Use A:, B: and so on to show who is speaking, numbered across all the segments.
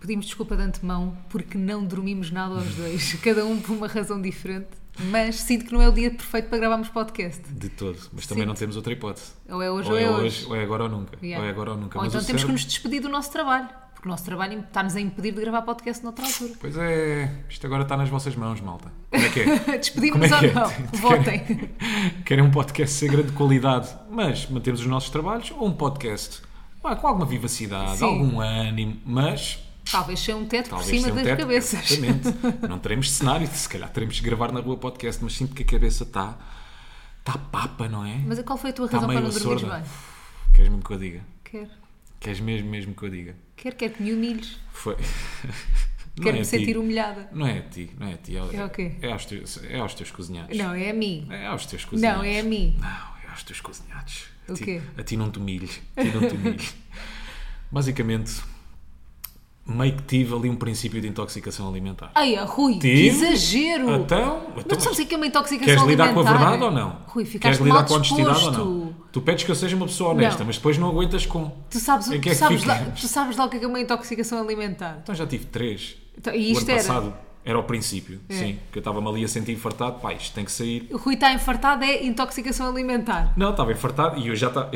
A: Pedimos desculpa de antemão porque não dormimos nada aos dois, cada um por uma razão diferente, mas sinto que não é o dia perfeito para gravarmos podcast.
B: De todo. Mas também
A: Sinto.
B: não temos outra hipótese.
A: Ou é hoje ou, é hoje.
B: ou é agora ou nunca.
A: Yeah.
B: Ou é agora ou nunca.
A: Ou
B: Mas
A: então
B: o
A: temos que
B: cérebro-
A: nos despedir do nosso trabalho, porque o nosso trabalho está-nos a impedir de gravar podcast noutra altura.
B: Pois é, isto agora está nas vossas mãos, malta. Como é que é? Como
A: Despedimos
B: é que
A: ou
B: é?
A: não? Votem.
B: Querem um podcast ser grande qualidade, mas mantemos os nossos trabalhos ou um podcast pá, com alguma vivacidade,
A: Sim.
B: algum ânimo, mas
A: Talvez seja um teto
B: talvez
A: por cima
B: sem um
A: das
B: teto.
A: cabeças.
B: Exatamente. Não teremos cenário, se calhar teremos que gravar na rua podcast, mas sinto que a cabeça está está papa, não é?
A: Mas qual foi a tua
B: Está
A: razão para
B: meio
A: não dormires
B: sorda.
A: bem?
B: Queres mesmo que eu diga?
A: Quero.
B: Queres mesmo mesmo que eu diga?
A: Quero, quero que me humilhes.
B: Foi. Não
A: Quero
B: é a
A: me
B: ti.
A: sentir humilhada.
B: Não é a ti, não é a ti.
A: É o quê?
B: É aos teus, é aos teus cozinhados.
A: Não, é a mim.
B: É aos teus cozinhados.
A: Não, é a mim.
B: Não, é aos teus cozinhados. A
A: O
B: ti,
A: quê?
B: A ti não te humilhes. A ti não te humilhes. Basicamente, meio que tive ali um princípio de intoxicação alimentar.
A: Ai, ó, Rui, que
B: Tive.
A: exagero!
B: Então, então,
A: Ah, Mas tu sabes o que é uma intoxicação
B: queres lidar com a
A: alimentar? né?
B: verdade ou não?
A: Rui, ficaste
B: queres lidar
A: mal
B: com a honestidade ou não?
A: disposto.
B: Tu pedes que eu seja uma pessoa honesta,
A: Não.
B: mas depois não aguentas com.
A: Tu sabes,
B: Em que
A: tu,
B: é que
A: sabes
B: ficas?
A: lá, tu sabes lá o que é que é uma intoxicação alimentar.
B: Então já tive três.
A: Então, e
B: o
A: isto
B: ano
A: era? É.
B: passado era o princípio, sim. Que eu estava-me ali a sentir infartado, pá, isto tem que sair.
A: O Rui está infartado, é intoxicação alimentar.
B: Não, estava infartado e eu já estava.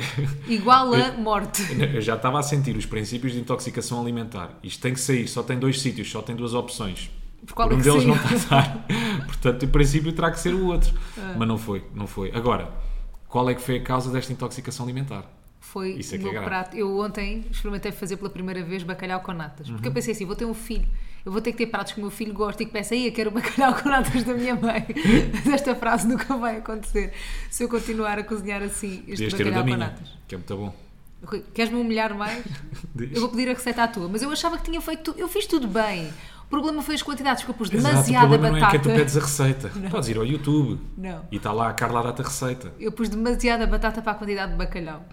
A: Igual
B: Eh,
A: a morte.
B: Eu já estava a sentir os princípios de intoxicação alimentar. Isto tem que sair, só tem dois sítios, só tem duas opções.
A: Por qual
B: Por
A: é
B: um
A: que
B: deles
A: saiu?
B: não está a dar. Portanto, em princípio, terá que ser o outro.
A: É.
B: Mas não foi, não foi. Agora, qual é que foi a causa desta intoxicação alimentar?
A: Foi
B: Isso
A: o
B: é que
A: meu
B: é grave.
A: prato. Eu ontem experimentei fazer pela primeira vez bacalhau com natas. Porque
B: Uhum.
A: eu pensei assim: vou ter um filho, eu vou ter que ter pratos que o meu filho gosta e que peça, aí eu quero o bacalhau com natas da minha mãe. Mas esta frase nunca vai acontecer se eu continuar a cozinhar assim este
B: Podias ter o
A: bacalhau
B: da
A: com
B: minha,
A: natas.
B: que é muito bom.
A: Rui, Queres-me humilhar mais?
B: Diz.
A: eu vou pedir a receita à tua. Mas eu achava que tinha feito tudo. Eu fiz tudo bem. O problema foi as quantidades, porque eu pus
B: Exato,
A: demasiada
B: o problema não é que
A: batata.
B: é tu pedes a receita. Podes ir ao YouTube
A: Não.
B: e está lá a Carla data receita.
A: Eu pus demasiada batata para a quantidade de bacalhau.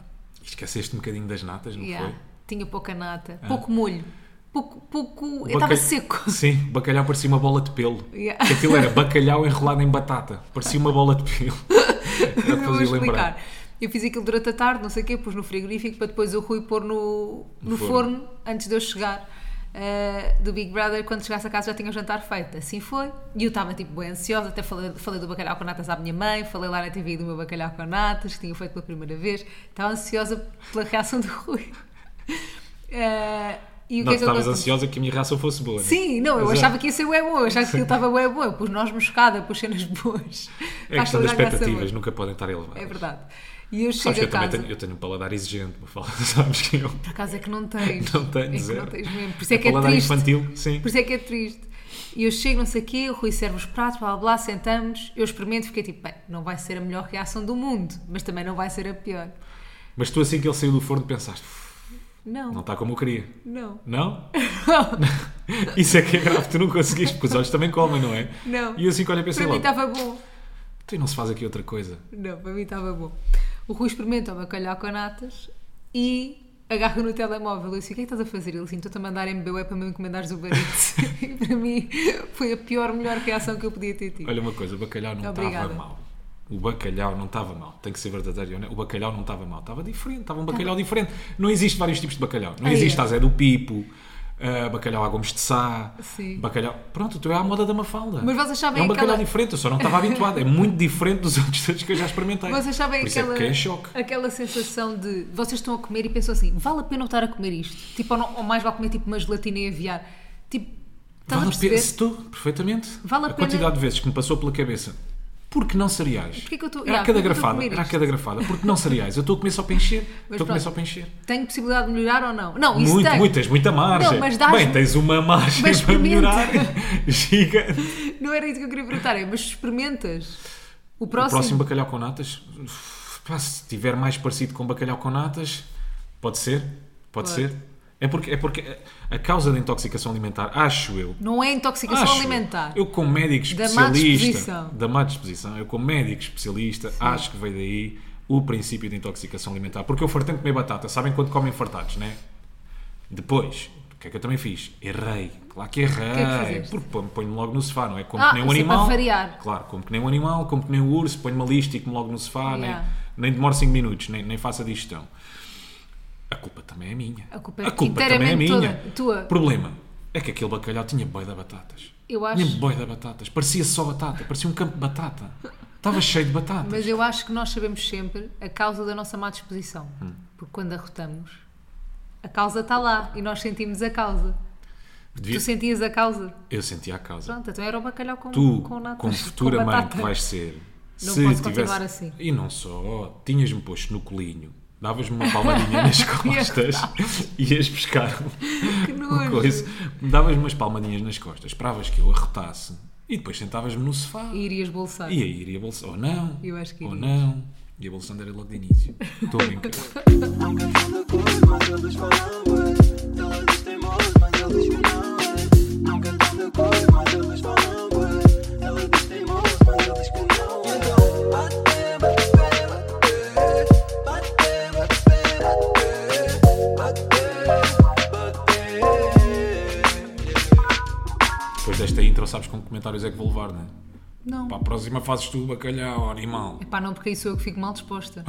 B: E Esqueceste um bocadinho das natas, não
A: Yeah.
B: foi? Ah.
A: Tinha pouca nata, pouco molho, pouco. pouco... Eu
B: Bacalha-
A: estava seco.
B: Sim, o bacalhau parecia uma bola de pelo.
A: Yeah.
B: Que Aquilo era bacalhau enrolado em batata. Parecia uma bola de pelo. Era o que
A: Eu vou
B: fazia lembrar.
A: explicar. Eu fiz aquilo durante a tarde, não sei o quê, pus no frigorífico para depois o Rui pôr no, no
B: No
A: forno.
B: forno.
A: antes de eu chegar eh, do Big Brother. Quando chegasse a casa já tinha o jantar feito. Assim foi. E eu estava tipo bem ansiosa, até falei, falei do bacalhau com natas à minha mãe, falei lá na TV do meu bacalhau com natas, que tinha feito pela primeira vez. Estava ansiosa pela reação do Rui. Eh, e o
B: Não,
A: que é
B: tu
A: que eu
B: estavas
A: aconteceu?
B: ansiosa que a minha reação fosse boa. não é?
A: Sim, não, eu
B: Exato.
A: achava que ia ser bué bom, eu achava que aquilo estava bué bom, eu pus noz moscada, pus cenas boas.
B: É a questão das
A: Faz toda graça
B: expectativas,
A: boa.
B: nunca podem estar elevadas.
A: É verdade. E eu chego
B: Sabes que
A: a
B: eu também
A: casa.
B: tenho, eu tenho um paladar exigente, me fala, sabes que eu.
A: Por acaso é que não tens.
B: Não tenho,
A: é que
B: zero.
A: não tens mesmo. Por isso é que é
B: paladar
A: triste.
B: infantil, sim.
A: Por isso é que é triste. E eu chego, não sei o quê, o Rui serve os pratos, blá blá, blá sentamos. Eu experimento, fiquei tipo, bem, não vai ser a melhor reação do mundo, mas também não vai ser a pior.
B: Mas tu, assim que ele saiu do forno, pensaste, "Uf,
A: Não,
B: não
A: não.
B: está como eu queria.
A: Não.
B: Não? Isso é que é grave, tu não conseguiste, porque os olhos também comem, não é?
A: Não.
B: E eu, assim que olha, pensei
A: Para mim tá-
B: logo,
A: estava bom.
B: tu não se faz aqui outra coisa.
A: Não, para mim estava bom. O Rui experimenta o bacalhau com natas e agarra no telemóvel. Eu disse, o que é que estás a fazer? Ele assim, estou-te a mandar MBUE para me encomendares o barito. e para mim foi a pior, melhor reação que eu podia ter tido.
B: Olha uma coisa, o bacalhau não
A: Obrigada.
B: estava mal. O bacalhau não estava mal, tem que ser verdadeiro. e honesto. O bacalhau não estava mal, estava diferente, estava um bacalhau diferente. Não existe vários tipos de bacalhau. Não
A: Ah,
B: existe
A: Tá é?
B: a Zé do Pipo, ah, bacalhau a Gomes de Sá,
A: Sim.
B: bacalhau. Pronto, tu é à moda da Mafalda.
A: Mas vocês sabem
B: É um bacalhau
A: aquela-
B: diferente, eu só não estava habituado. É muito diferente dos outros todos que eu já experimentei.
A: Vocês sabem
B: Por isso
A: aquela,
B: é que é em choque.
A: aquela sensação de vocês estão a comer e pensam assim, vale a pena eu estar a comer isto? Tipo, ou, não- ou mais vale comer tipo uma gelatina e aviar? Tipo, estás
B: Vale
A: a
B: a pena,
A: perceber?
B: estou, perfeitamente.
A: Vale a pena-
B: quantidade de vezes que me passou pela cabeça. Porque não cereais?
A: Porquê que eu estou-
B: Era
A: Ya,
B: a cada
A: porquê que eu estou a
B: grafada,
A: comer
B: era a
A: isto?
B: cada grafada. Porque não cereais? Eu estou a comer só para encher. Estou a
A: pronto.
B: comer só para encher.
A: Tenho possibilidade de melhorar ou não? Não, isso
B: Muito,
A: tem.
B: muito, tens muita margem.
A: Não, mas dás-
B: Bem, tens uma margem
A: Mas
B: para
A: experimenta.
B: melhorar. Gigante.
A: Não era isso que eu queria perguntar, é, mas experimentas o
B: O
A: próximo?
B: próximo bacalhau com natas. pá, se tiver mais parecido com bacalhau com natas, pode ser?
A: Pode.
B: Pode, ser? É porque, é porque a causa da intoxicação alimentar, acho eu.
A: Não é intoxicação
B: acho eu,
A: alimentar.
B: Eu, como médico
A: Da má
B: especialista.
A: disposição.
B: Da má disposição. Eu, como médico especialista, acho que veio daí o princípio de intoxicação alimentar. Porque eu fartei de comer batata. Sabem quando comem fartados, né? Depois, o que é que eu também fiz? Errei. Claro que errei.
A: que é que fizeste?
B: porque pô- ponho-me logo no sofá, não é? Como
A: Ah,
B: que nem um
A: isso é para
B: animal.
A: variar.
B: Claro, como que nem um animal, como que nem um urso, ponho-me ali, estico-me logo no sofá,
A: Yeah.
B: nem, nem demoro 5 minutos, nem, nem faço a digestão. A culpa também é minha.
A: A culpa é inteiramente toda tua.
B: Problema. É que aquele bacalhau tinha boi da batatas.
A: Eu
B: Tinha
A: acho.
B: boi da batatas. Parecia só batata. Parecia um campo de batata. Estava cheio de batatas.
A: Mas eu acho que nós sabemos sempre a causa da nossa má disposição.
B: Hum.
A: Porque quando arrotamos, a causa está lá e nós sentimos a causa.
B: Devia-
A: Tu sentias a causa?
B: Eu sentia a causa.
A: Pronto, então era o bacalhau com,
B: tu,
A: com natas.
B: como futura
A: com
B: mãe
A: batata.
B: que vais ser,
A: Não posso continuar assim.
B: E não só, tinhas-me posto no colinho, davas-me uma palmadinha nas costas, ias buscar
A: Que
B: uma
A: nojo.
B: coisa, davas-me umas palmadinhas nas costas, esperavas que eu arrotasse e depois sentavas-me no sofá.
A: E irias bolsar.
B: E aí iria bolsar, ou não,
A: Eu acho que
B: ou
A: iria.
B: não, e a bolsão era logo de início. Estou a brincar.
C: Não quer falar coisa, mas eles falam, ué. Eles teimosas, mas eles que não, ué. Não quer falar coisa, mas eles falam, ué. Eles teimosas, mas eles que não, ué. Então, bate, bate, bate, bate. Bate, bate, bate, bate. Bate.
B: Depois desta intro sabes com que comentários é que vou levar, não é?
A: Não.
B: Para a próxima fazes tu o bacalhau, animal.
A: Pá, não, porque aí sou eu que fico mal disposta.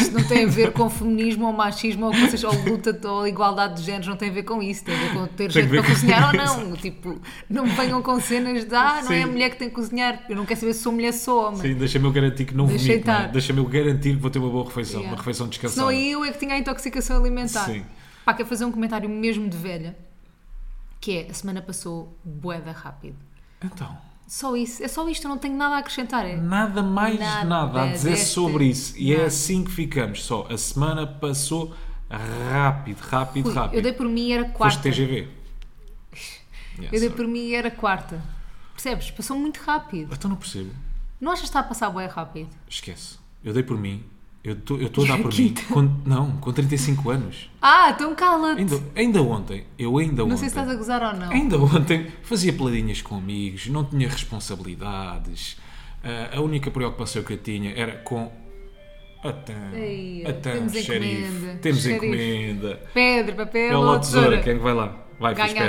A: Isto não tem a ver com feminismo ou machismo ou, com vocês, ou luta ou igualdade de géneros, não tem a ver com isso. Tem a ver com ter
B: Tem
A: gente
B: a ver
A: para
B: com-
A: cozinhar ou não. Tipo, não me venham com cenas de ah, não é a
B: Sim.
A: mulher que tem que cozinhar. Eu não quero saber se sou mulher sou homem.
B: Sim, deixa-me eu garantir que não
A: Deixa
B: vomito, não é?
A: estar.
B: deixa-me eu garantir que vou ter uma boa refeição,
A: Yeah.
B: uma refeição descansada.
A: Senão eu é que tinha a intoxicação alimentar.
B: Sim.
A: Pá, quero fazer um comentário mesmo de velha, que é, a semana passou boeda rápido.
B: Então,
A: Só isso, é só isto, eu não tenho nada a acrescentar. É.
B: nada mais
A: Nada é
B: nada, a dizer
A: deste-
B: sobre isso. E é
A: nada.
B: assim que ficamos. Só a semana passou rápido, rápido,
A: Ui,
B: rápido.
A: eu dei por mim e era
B: Foste
A: quarta.
B: TGV. Yeah,
A: Eu dei
B: sorry.
A: por mim e era quarta. Percebes? Passou muito rápido.
B: Então não percebo.
A: Não achas que está a passar bué rápido?
B: Esquece. Eu dei por mim. Eu estou a dar por mim.
A: Quinta.
B: Com, não, com 35 anos.
A: Ah, então cala-te!
B: Ainda, ainda ontem, eu ainda ontem.
A: não sei se estás a gozar ou não.
B: Ainda ontem fazia peladinhas com amigos, não tinha responsabilidades. Ah, a única preocupação que eu tinha era com. Até,
A: Ei,
B: até
A: temos
B: xerife.
A: encomenda.
B: Temos
A: Xerife.
B: encomenda.
A: Pedra, papel
B: É
A: ou
B: lá
A: tesoura?
B: tesoura, quem é que vai lá? Vai, fiz pedra.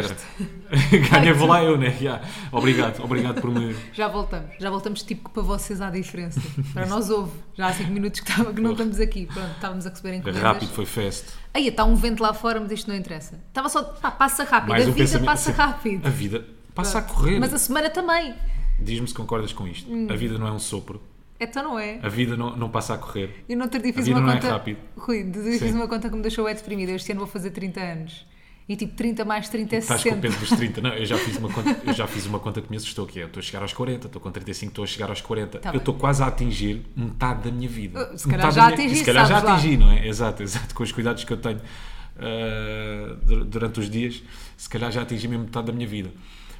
A: Ganhaste.
B: Ganha, vou lá eu, né? Já. Obrigado, obrigado por me.
A: Já voltamos. Já voltamos, tipo, que para vocês há diferença. Para nós houve. Já há 5 minutos que, estava- que não estamos aqui. Pronto, estávamos a receber encomendas.
B: É Rápido foi fest.
A: Aí está um vento lá fora, mas isto não interessa. Estava só. Pá, passa rápido.
B: Mais
A: a
B: um
A: vida
B: pensamento-
A: passa
B: sim,
A: rápido.
B: A vida passa a correr.
A: Mas a Hum. semana também.
B: Diz-me se concordas com isto. A vida não é um sopro.
A: Então não é.
B: A vida não, não passa a correr.
A: Eu no outro dia fiz
B: vida
A: uma
B: não é
A: conta.
B: rápido.
A: Rui, no outro dia fiz
B: Sim.
A: uma conta que me deixou é deprimida. Este ano vou fazer 30 anos. E tipo, 30 mais 30 é
B: Estás com o
A: 60.
B: peso dos 30. Não, eu já fiz uma conta, eu já fiz uma conta que me assustou, que é, eu estou a chegar aos 40, estou com 35, estou a chegar aos 40.
A: Tá
B: eu
A: bem.
B: estou quase a atingir metade da minha vida.
A: Uh, se calhar
B: Metade
A: já
B: da minha-
A: atingi,
B: Se calhar já
A: sabes lá.
B: atingi, não é? Exato, exato. Com os cuidados que eu tenho ah, dur- durante os dias, se calhar já atingi mesmo metade da minha vida.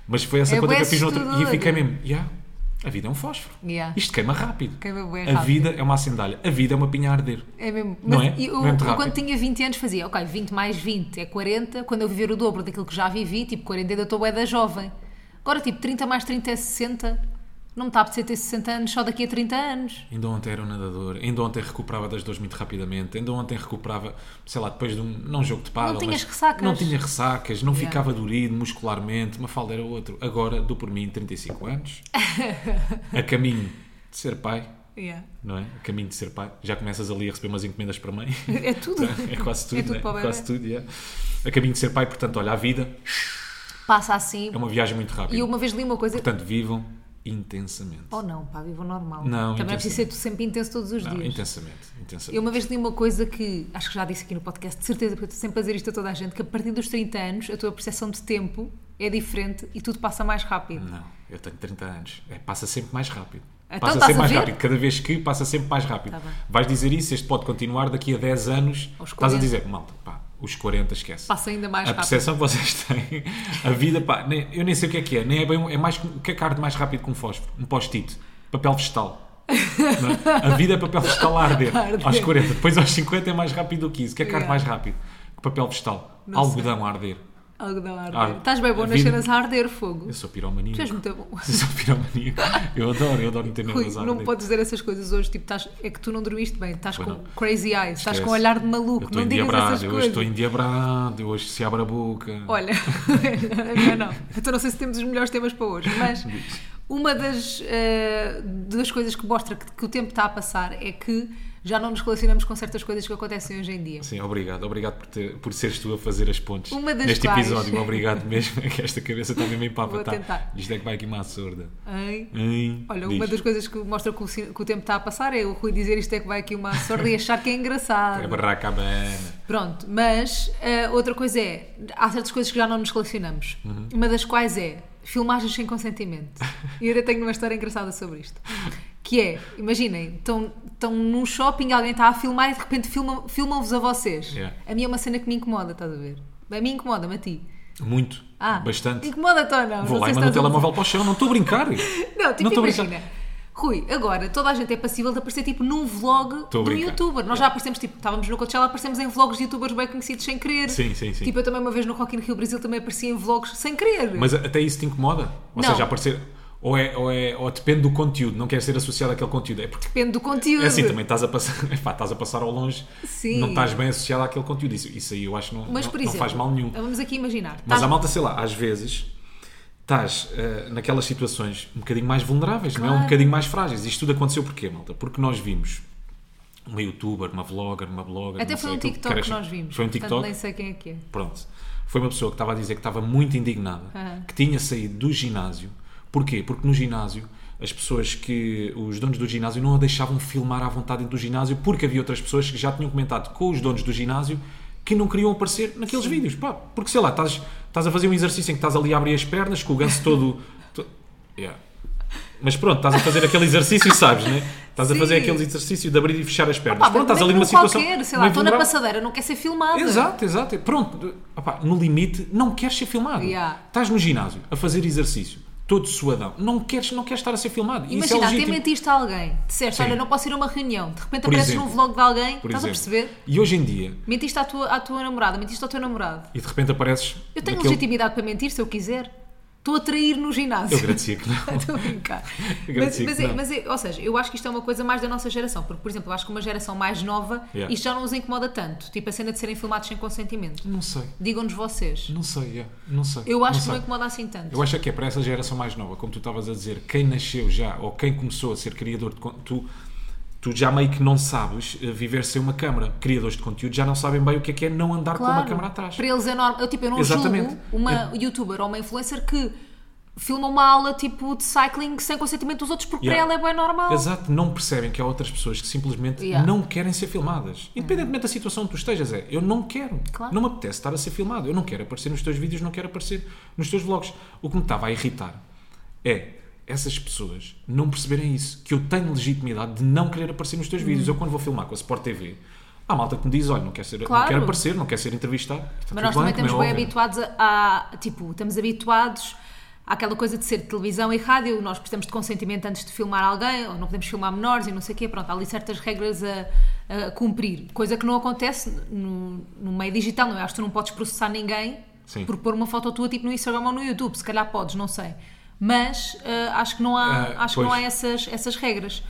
B: Mas foi essa
A: É
B: conta que eu
A: bué
B: fiz no outro... E eu fiquei
A: assustador. né?
B: mesmo, yeah, a vida é um fósforo.
A: Yeah.
B: Isto queima rápido.
A: Queima bué
B: a
A: rápido.
B: vida é uma acendalha. A vida é uma pinha a arder.
A: É mesmo.
B: Não
A: Mas
B: é?
A: eu,
B: Não é muito
A: eu quando
B: rápido.
A: tinha 20 anos fazia, ok, 20 mais 20 é 40. Quando eu viver o dobro daquilo que já vivi, tipo 40 ainda estou bué da jovem. Agora, tipo, 30 mais 30 é 60. Não me está a apetecer ter 60 anos só daqui a 30 anos.
B: Ainda ontem era um nadador, ainda ontem recuperava das dores muito rapidamente, ainda ontem recuperava, sei lá, depois de um, não jogo de pádel,
A: Não tinhas
B: mas
A: ressacas.
B: Não tinha ressacas, não
A: Yeah.
B: ficava dorido muscularmente, uma falda era outro. Agora dou por mim 35 anos, a caminho de ser pai,
A: Yeah.
B: não é? A caminho de ser pai. Já começas ali a receber umas encomendas para mãe.
A: É tudo.
B: É quase tudo,
A: É tudo
B: né?
A: para o bebé.
B: quase tudo, yeah. A caminho de ser pai, portanto, olha, a vida
A: Passa assim.
B: é uma viagem muito rápida.
A: E eu uma vez li uma coisa.
B: Portanto, vivam intensamente.
A: Ou não, pá, vivo normal.
B: Não,
A: Também é preciso ser
B: intensamente.
A: tu sempre intenso todos os
B: Não,
A: dias.
B: intensamente, intensamente.
A: Eu uma vez li uma coisa que acho que já disse aqui no podcast, de certeza, porque eu estou sempre a dizer isto a toda a gente, que a partir dos 30 anos a tua percepção de tempo é diferente e tudo passa mais rápido.
B: Não, eu tenho 30 anos. É, passa sempre mais rápido.
A: Então
B: passa
A: estás
B: sempre
A: a
B: mais
A: ver?
B: rápido. Cada vez que passa sempre mais rápido.
A: Tá bem.
B: Vais dizer isso, este pode continuar daqui a 10 anos.
A: Aos
B: Estás a
A: 40.
B: dizer, malta, pá, os 40 esquece.
A: Passa ainda mais
B: a
A: rápido.
B: percepção que vocês têm, a vida, pá, nem- eu nem sei o que é que é, nem é bem, um- é mais que- o que é que arde mais rápido que um fósforo, um post-it, papel vegetal. Não é? A vida é papel vegetal a arder,
A: Arder.
B: aos 40, depois aos 50 é mais rápido do que isso. O que é que arde
A: Yeah.
B: mais rápido? Que papel vegetal,
A: Não sei.
B: algodão a arder.
A: Algodão a
B: Ah,
A: arder. Estás bem bom
B: a
A: nas
B: vida-
A: cenas a arder fogo.
B: Eu sou piromaníaco.
A: Tu és muito bom.
B: Eu sou piromaníaco. Eu adoro, eu adoro meter
A: Rui,
B: nervos a
A: não
B: arder.
A: podes dizer essas coisas hoje, tipo, estás, é que tu não dormiste bem, estás
B: Pois
A: com
B: não.
A: crazy eyes, estás com
B: Esquece.
A: um olhar de
B: Eu
A: maluco,
B: estou
A: não digas essas
B: endiabrado, eu hoje
A: coisas.
B: estou endiabrado, eu hoje se abre a boca.
A: Olha, a minha não. Então não sei se temos os melhores temas para hoje, mas uma das, eh, das coisas que mostra que, que o tempo está a passar é que já não nos relacionamos com certas coisas que acontecem hoje em dia.
B: Sim, obrigado. Obrigado por, ter- por seres tu a fazer as pontes
A: Uma das
B: neste
A: quais.
B: episódio. Obrigado mesmo, que esta cabeça está mesmo em papa.
A: Vou
B: Tá.
A: tentar.
B: Isto é que vai aqui uma surda.
A: Hein?
B: Hum,
A: Olha,
B: diz.
A: uma das coisas que mostra que o, si- que o tempo está a passar é o Rui dizer isto é que vai aqui uma sorda e achar que é
B: É
A: engraçado.
B: Barracabana.
A: Pronto, mas ah, outra coisa é, há certas coisas que já não nos relacionamos.
B: Uhum.
A: Uma das quais é filmagens sem consentimento. E eu até tenho uma história engraçada sobre isto. Que é, imaginem, estão, estão num shopping, alguém está a filmar e de repente filmam- filmam-vos a vocês.
B: Yeah.
A: A mim é uma cena que me incomoda, estás a ver? A mim incomoda-me a ti.
B: Muito.
A: Ah,
B: Bastante.
A: Incomoda-te ou não?
B: Vou
A: não sei
B: lá e
A: se
B: mando o
A: estás a-
B: telemóvel para o chão. Não estou a brincar.
A: Não, tipo,
B: estou a brincar.
A: imagina. Rui, agora toda a gente é passível de aparecer tipo num vlog
B: Estou a
A: de um
B: brincar.
A: youtuber. Nós já aparecemos, tipo, estávamos no Coachella, aparecemos em vlogs de youtubers bem conhecidos sem querer.
B: Sim, sim, sim.
A: Tipo, eu também uma vez no Rock in Rio Brasil também apareci em vlogs sem querer.
B: Mas é- até isso te incomoda? Ou
A: Não.
B: seja, aparecer. Ou, é, ou, é, ou depende do conteúdo, não quer ser associado àquele conteúdo. É porque
A: Depende do conteúdo.
B: é assim também estás a passar, epá, estás a passar ao longe,
A: Sim.
B: não estás bem associado àquele conteúdo. Isso, isso aí eu acho que não,
A: Mas,
B: não-
A: por
B: não
A: exemplo,
B: faz mal nenhum.
A: Vamos aqui imaginar.
B: Mas
A: Tá-
B: a malta, sei lá, às vezes estás eh, naquelas situações um bocadinho mais vulneráveis, não é? Um
A: Claro.
B: bocadinho mais frágeis. Isto tudo aconteceu porquê, malta? Porque nós vimos uma youtuber, uma vlogger, uma blogger.
A: Até foi
B: não sei,
A: um
B: aquilo que
A: TikTok
B: queres-
A: que nós vimos.
B: Foi um
A: portanto,
B: TikTok.
A: nem sei quem é que é.
B: Pronto. Foi uma pessoa que estava a dizer que estava muito indignada,
A: Aham.
B: que tinha saído do ginásio. Porquê? Porque no ginásio as pessoas que. os donos do ginásio não a deixavam filmar à vontade dentro do ginásio porque havia outras pessoas que já tinham comentado com os donos do ginásio que não queriam aparecer naqueles vídeos. Pá, porque sei lá, estás, estás a fazer um exercício em que estás ali a abrir as pernas com o ganso todo. to- Yeah. Mas pronto, estás a fazer aquele exercício, sabes, né? Estás a
A: Sim.
B: fazer aquele exercício de abrir e fechar as pernas.
A: Pá,
B: pronto,
A: mas
B: estás ali
A: como
B: numa situação.
A: Qualquer, sei lá,
B: meio
A: estou na
B: vulnerável.
A: passadeira, não quer ser filmada.
B: Exato, exato. Pronto, opá, no limite, não queres ser filmado.
A: Yeah.
B: Estás no ginásio a fazer exercício, todo suadão, não queres, não queres estar a ser filmado. Isso é
A: Imagina, até
B: legítimo.
A: mentiste a alguém. Disseste,
B: Sim.
A: olha, não posso ir a uma reunião. De repente
B: Por
A: apareces
B: exemplo.
A: num vlog de alguém.
B: por
A: Estás a
B: exemplo.
A: perceber?
B: E hoje em dia,
A: Mentiste à tua, à tua namorada, mentiste ao teu namorado.
B: e de repente apareces.
A: Eu tenho um
B: naquele-
A: legitimidade para mentir se eu quiser. Estou a trair no ginásio.
B: Eu agradecia que não.
A: Estou a brincar. mas,
B: Agradecia
A: mas
B: que
A: é-
B: não.
A: mas é- ou seja, eu acho que isto é uma coisa mais da nossa geração, porque, por exemplo, eu acho que uma geração mais nova
B: Yeah.
A: isto já não os incomoda tanto. Tipo a cena de serem filmados sem consentimento.
B: Não sei,
A: Digam-nos vocês.
B: não sei, yeah, não sei.
A: Eu acho que
B: sei.
A: não incomoda assim tanto.
B: Eu acho é que é para essa geração mais nova, como tu estavas a dizer, quem nasceu já ou quem começou a ser criador de conteúdo, tu já meio que não sabes eh, viver sem uma câmara. Criadores de conteúdo já não sabem bem o que é que é não andar com uma câmara atrás.
A: Para eles é normal. Eu, tipo, eu não
B: Exatamente.
A: julgo uma youtuber ou uma influencer que filma uma aula tipo de cycling sem consentimento dos outros porque
B: Yeah.
A: para ela é bem normal.
B: Exato, não percebem que há outras pessoas que simplesmente
A: Yeah.
B: não querem ser filmadas. Independentemente da situação onde tu estejas, é eu não quero,
A: Claro.
B: não me apetece estar a ser filmado, eu não quero aparecer nos teus vídeos, não quero aparecer nos teus vlogs. O que me estava a irritar é essas pessoas não perceberem isso, que eu tenho legitimidade de não querer aparecer nos teus
A: Uhum.
B: vídeos. Eu quando vou filmar com a Sport TV, há malta que me diz: olha, não quero, ser, não
A: Claro.
B: quero aparecer, não quero ser entrevistado. Está
A: Mas
B: tudo
A: nós também
B: como
A: estamos
B: é
A: bem
B: óbvio.
A: habituados a, a- Tipo, estamos habituados àquela coisa de ser de televisão e rádio. Nós precisamos de consentimento antes de filmar alguém, ou não podemos filmar menores e não sei o quê. Pronto, há ali certas regras a, a cumprir. Coisa que não acontece no, no meio digital, não é? Acho que tu não podes processar ninguém
B: Sim.
A: por pôr uma foto tua tipo no Instagram ou no YouTube. Se calhar podes, não sei. Mas ah, acho que não há,
B: Ah,
A: acho que não há
B: pois.
A: essas, essas regras.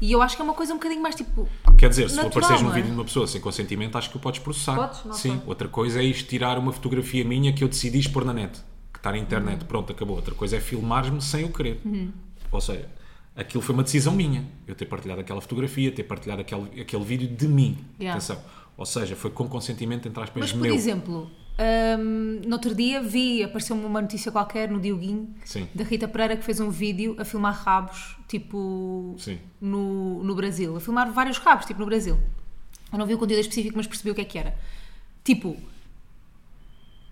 A: E eu acho que é uma coisa um bocadinho mais tipo.
B: Quer dizer, se tu
A: Natural,
B: apareceres num
A: não é?
B: vídeo de uma pessoa sem consentimento, acho que o podes processar.
A: Podes, não
B: Sim.
A: sei.
B: Outra coisa é isto tirar uma fotografia minha que eu decidi expor na net, que está na internet,
A: Uhum.
B: pronto, acabou. Outra coisa é filmar-me sem eu querer. Ou seja, aquilo foi uma decisão minha. Eu ter partilhado aquela fotografia, ter partilhado aquele, aquele vídeo de mim.
A: Yeah.
B: Atenção. Ou seja, foi com consentimento, entre aspas,
A: Mas, por
B: meu.
A: exemplo, hum, no outro dia vi, apareceu-me uma notícia qualquer no Dioguinho,
B: Sim.
A: da Rita Pereira, que fez um vídeo a filmar rabos, tipo,
B: Sim.
A: no, no Brasil. A filmar vários rabos, tipo, no Brasil. Eu não vi o conteúdo específico, mas percebi o que é que era. Tipo,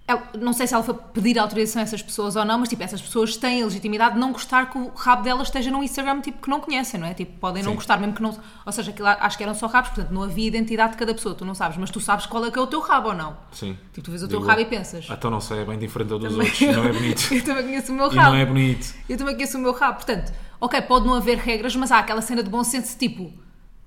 A: ela- não sei se ela foi pedir autorização a essas pessoas ou não, mas tipo, essas pessoas têm a legitimidade de não gostar que o rabo delas esteja num Instagram tipo, que não conhecem, não é? Tipo, podem não
B: Sim.
A: gostar, mesmo que não. Ou seja, aquilo, acho que eram só rabos, portanto não havia identidade de cada pessoa, tu não sabes, mas tu sabes qual é que é o teu rabo ou não.
B: Sim.
A: Tipo, tu vês o teu
B: Digo,
A: rabo e pensas.
B: Então não sei, é bem diferente do dos outros. Não é bonito.
A: Eu também conheço o meu
B: e não
A: rabo.
B: é bonito.
A: Eu também conheço o meu rabo. Portanto, ok, pode não haver regras, mas há aquela cena de bom senso tipo.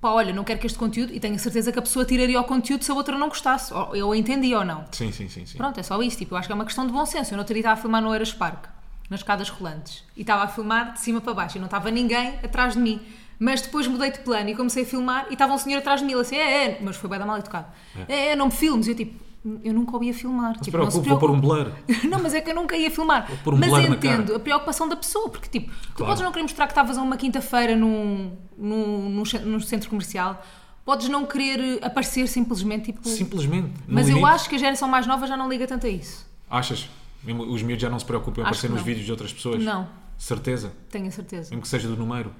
A: Pá, olha, não quero que este conteúdo, e tenho a certeza que a pessoa tiraria o conteúdo se a outra não gostasse. Ou eu a entendi ou não.
B: Sim, sim, sim. sim.
A: Pronto, é só isso. Tipo, eu acho que é uma questão de bom senso. Eu não teria estava a filmar no Eras Park, nas escadas rolantes, e estava a filmar de cima para baixo e não estava ninguém atrás de mim. Mas depois mudei de plano e comecei a filmar e estava um senhor atrás de mim, ele assim, é, é, mas foi bem da mal educado. É, é, não me filmes. E eu tipo, eu nunca ouvia filmar.
B: Não se
A: tipo, não
B: preocupe, vou pôr um
A: preocupe.
B: blur.
A: Não, mas é que eu nunca ia filmar.
B: pôr um
A: mas
B: blur na
A: entendo
B: cara.
A: a preocupação da pessoa, porque tipo, tu
B: Claro.
A: podes não querer mostrar que estavas a uma quinta-feira num, num, num, ce- num centro comercial, podes não querer aparecer simplesmente tipo.
B: Simplesmente. é no
A: mas eu
B: limite.
A: acho que a geração mais nova já não liga tanto a isso.
B: Achas? Mesmo os miúdos já não se preocupam em
A: Acho
B: aparecer
A: que
B: nos
A: não.
B: vídeos de outras pessoas?
A: Não.
B: Certeza?
A: Tenho a certeza.
B: Mesmo que seja do número?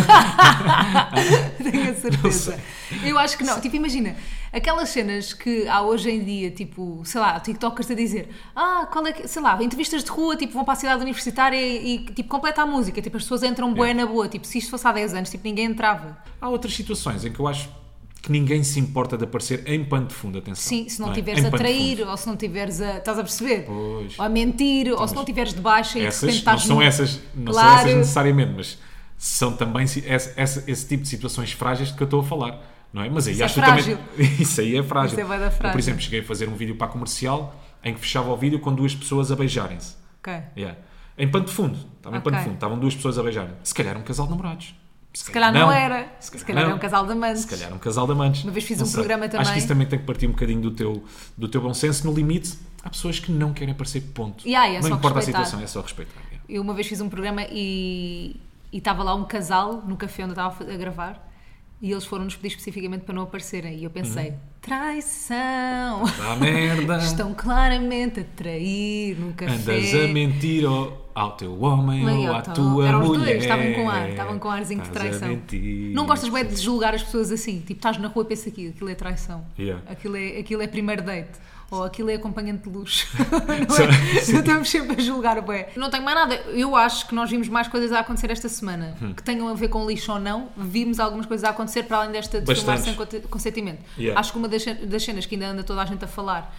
A: Tenho a certeza. Eu acho que não. Tipo, imagina, aquelas cenas que há hoje em dia, tipo, sei lá, TikTokers a dizer, ah, qual é que, sei lá, entrevistas de rua, tipo, vão para a cidade universitária e, e, tipo, completa a música, tipo, as pessoas entram bué na boa, tipo, se isto fosse há 10 anos, tipo, ninguém entrava.
B: Há outras situações em que eu acho que ninguém se importa de aparecer em pano de fundo, atenção.
A: Sim, se não
B: é?
A: tiveres
B: Em
A: a
B: pano de
A: trair,
B: fundo.
A: ou se não tiveres a. estás a perceber?
B: Pois. Então,
A: Ou a mentir, ou se
B: mas
A: não tiveres de baixa e de repente
B: Essas não
A: estás.
B: são
A: no-
B: essas, não são
A: Claro.
B: essas necessariamente, mas são também si- esse, esse- esse tipo de situações frágeis de que eu estou a falar. Não é? Mas aí
A: Isso é
B: acho que eu também-
A: frágil.
B: Isso aí é frágil.
A: Isso é bué da
B: Eu,
A: frágil.
B: por exemplo, cheguei a fazer um vídeo para a comercial em que fechava o vídeo com duas pessoas a beijarem-se.
A: Ok.
B: Yeah. Em pano de fundo. Estava em pano de
A: Ok.
B: fundo. Estavam duas pessoas a beijarem. Se calhar um casal de namorados.
A: Se calhar não, era. Se calhar, é um casal de amantes.
B: Se calhar um casal de amantes.
A: Uma vez fiz
B: Não
A: um
B: sei.
A: programa
B: Acho
A: também.
B: que isso também tem que partir um bocadinho do teu, do teu bom senso. No limite, há pessoas que não querem aparecer, ponto.
A: Yeah, é
B: não
A: só
B: importa
A: respeitar.
B: a situação, é só respeitar. yeah.
A: Eu uma vez fiz um programa e e estava lá um casal no café onde eu estava a fa- a gravar e eles foram-nos pedir especificamente para não aparecerem. E eu pensei, traição!
B: Dá Uhum. merda.
A: Estão claramente a trair no café.
B: Andas a mentir ao, ao teu homem
A: Bem,
B: ou à
A: eu tava-
B: tua
A: tá, eram os dois,
B: mulher.
A: estavam com ar, estavam com arzinho de
B: Estás
A: traição.
B: A mentir.
A: Não gostas bem de julgar as pessoas assim? Tipo, estás na rua e pensa aquilo, aquilo é traição.
B: Yeah.
A: Aquilo, é, aquilo é primeiro date. Ou aquilo é acompanhante de luxo. não
B: Sim.
A: é? Estamos sempre a julgar bem. Não tenho mais nada. Eu acho que nós vimos mais coisas a acontecer esta semana.
B: Hum.
A: Que tenham a ver com lixo ou não. Vimos algumas coisas a acontecer para além desta de filmar
B: Bastantes.
A: sem conte- consentimento.
B: Yeah.
A: Acho que uma das, cen- das cenas que ainda anda toda a gente a falar,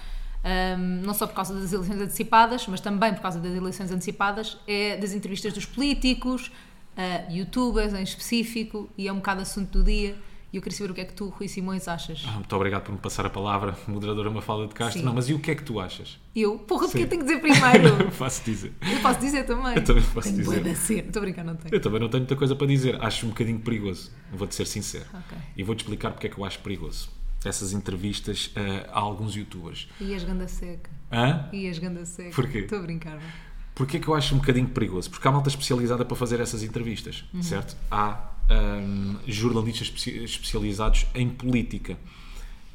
A: hum, não só por causa das eleições antecipadas, mas também por causa das eleições antecipadas, é das entrevistas dos políticos, ah, youtubers em específico, e é um bocado assunto do dia. E eu queria saber o que é que tu, Rui Simões, achas.
B: Ah, muito obrigado por me passar a palavra, moderadora Mafalda de Castro.
A: Sim.
B: Não, mas e o que é que tu achas?
A: Eu, porra, porque
B: Sim.
A: eu tenho que dizer primeiro?
B: Faço dizer.
A: eu posso dizer também.
B: Eu também posso
A: tenho
B: dizer.
A: bué de cena. Estou a brincar, não tenho.
B: Eu também não tenho muita coisa para dizer. Acho um bocadinho perigoso. Vou-te ser sincero.
A: Ok.
B: E vou-te explicar porque é que eu acho perigoso. Essas entrevistas eh, a alguns youtubers.
A: E as ganda seca.
B: Hã?
A: E as ganda seca.
B: Porquê?
A: Estou a brincar. vá.
B: Porquê é que eu acho um bocadinho perigoso? Porque há malta especializada para fazer essas entrevistas,
A: Uhum.
B: certo? Há hum, jornalistas espe- especializados em política.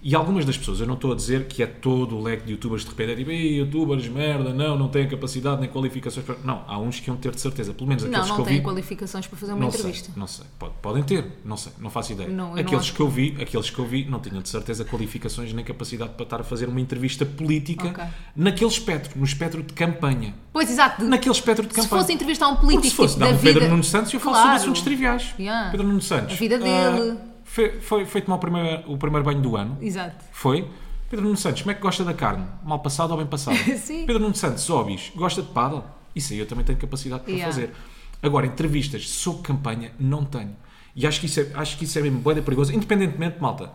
B: E algumas das pessoas, eu não estou a dizer que é todo o leque de youtubers de repente, é tipo, "Ei, youtubers, merda, não, não têm capacidade nem qualificações para... Não, há uns que iam ter de certeza, pelo menos aqueles
A: Não, não
B: que eu
A: tenho
B: vi...
A: qualificações para fazer uma
B: não
A: entrevista.
B: sei, não sei. Pode- podem ter, não sei, não faço ideia.
A: Não, eu não
B: aqueles
A: acho.
B: que eu vi, aqueles que eu vi, não tinham de certeza qualificações nem capacidade para estar a fazer uma entrevista política
A: Ok.
B: naquele espectro, no espectro de campanha
A: Pois, exato. de-
B: naquele espectro de
A: Se
B: campanha.
A: fosse entrevistar um
B: Porque
A: político
B: se fosse,
A: tipo, da
B: dava o
A: vida...
B: Pedro Nuno Santos e eu falo sobre assuntos triviais.
A: Yeah.
B: Pedro Nuno Santos.
A: A vida dele.
B: ah, foi, foi, foi tomar o primeiro, o primeiro banho do ano.
A: Exato.
B: Foi. Pedro Nuno Santos, como é que gosta da carne? Mal passada ou bem passada?
A: Sim.
B: Pedro Nuno Santos, hobbies, gosta de paddle? Isso aí eu também tenho capacidade para
A: Yeah.
B: fazer. Agora, entrevistas sobre campanha, não tenho. E acho que isso é, acho que isso é mesmo boeda perigoso, independentemente, malta,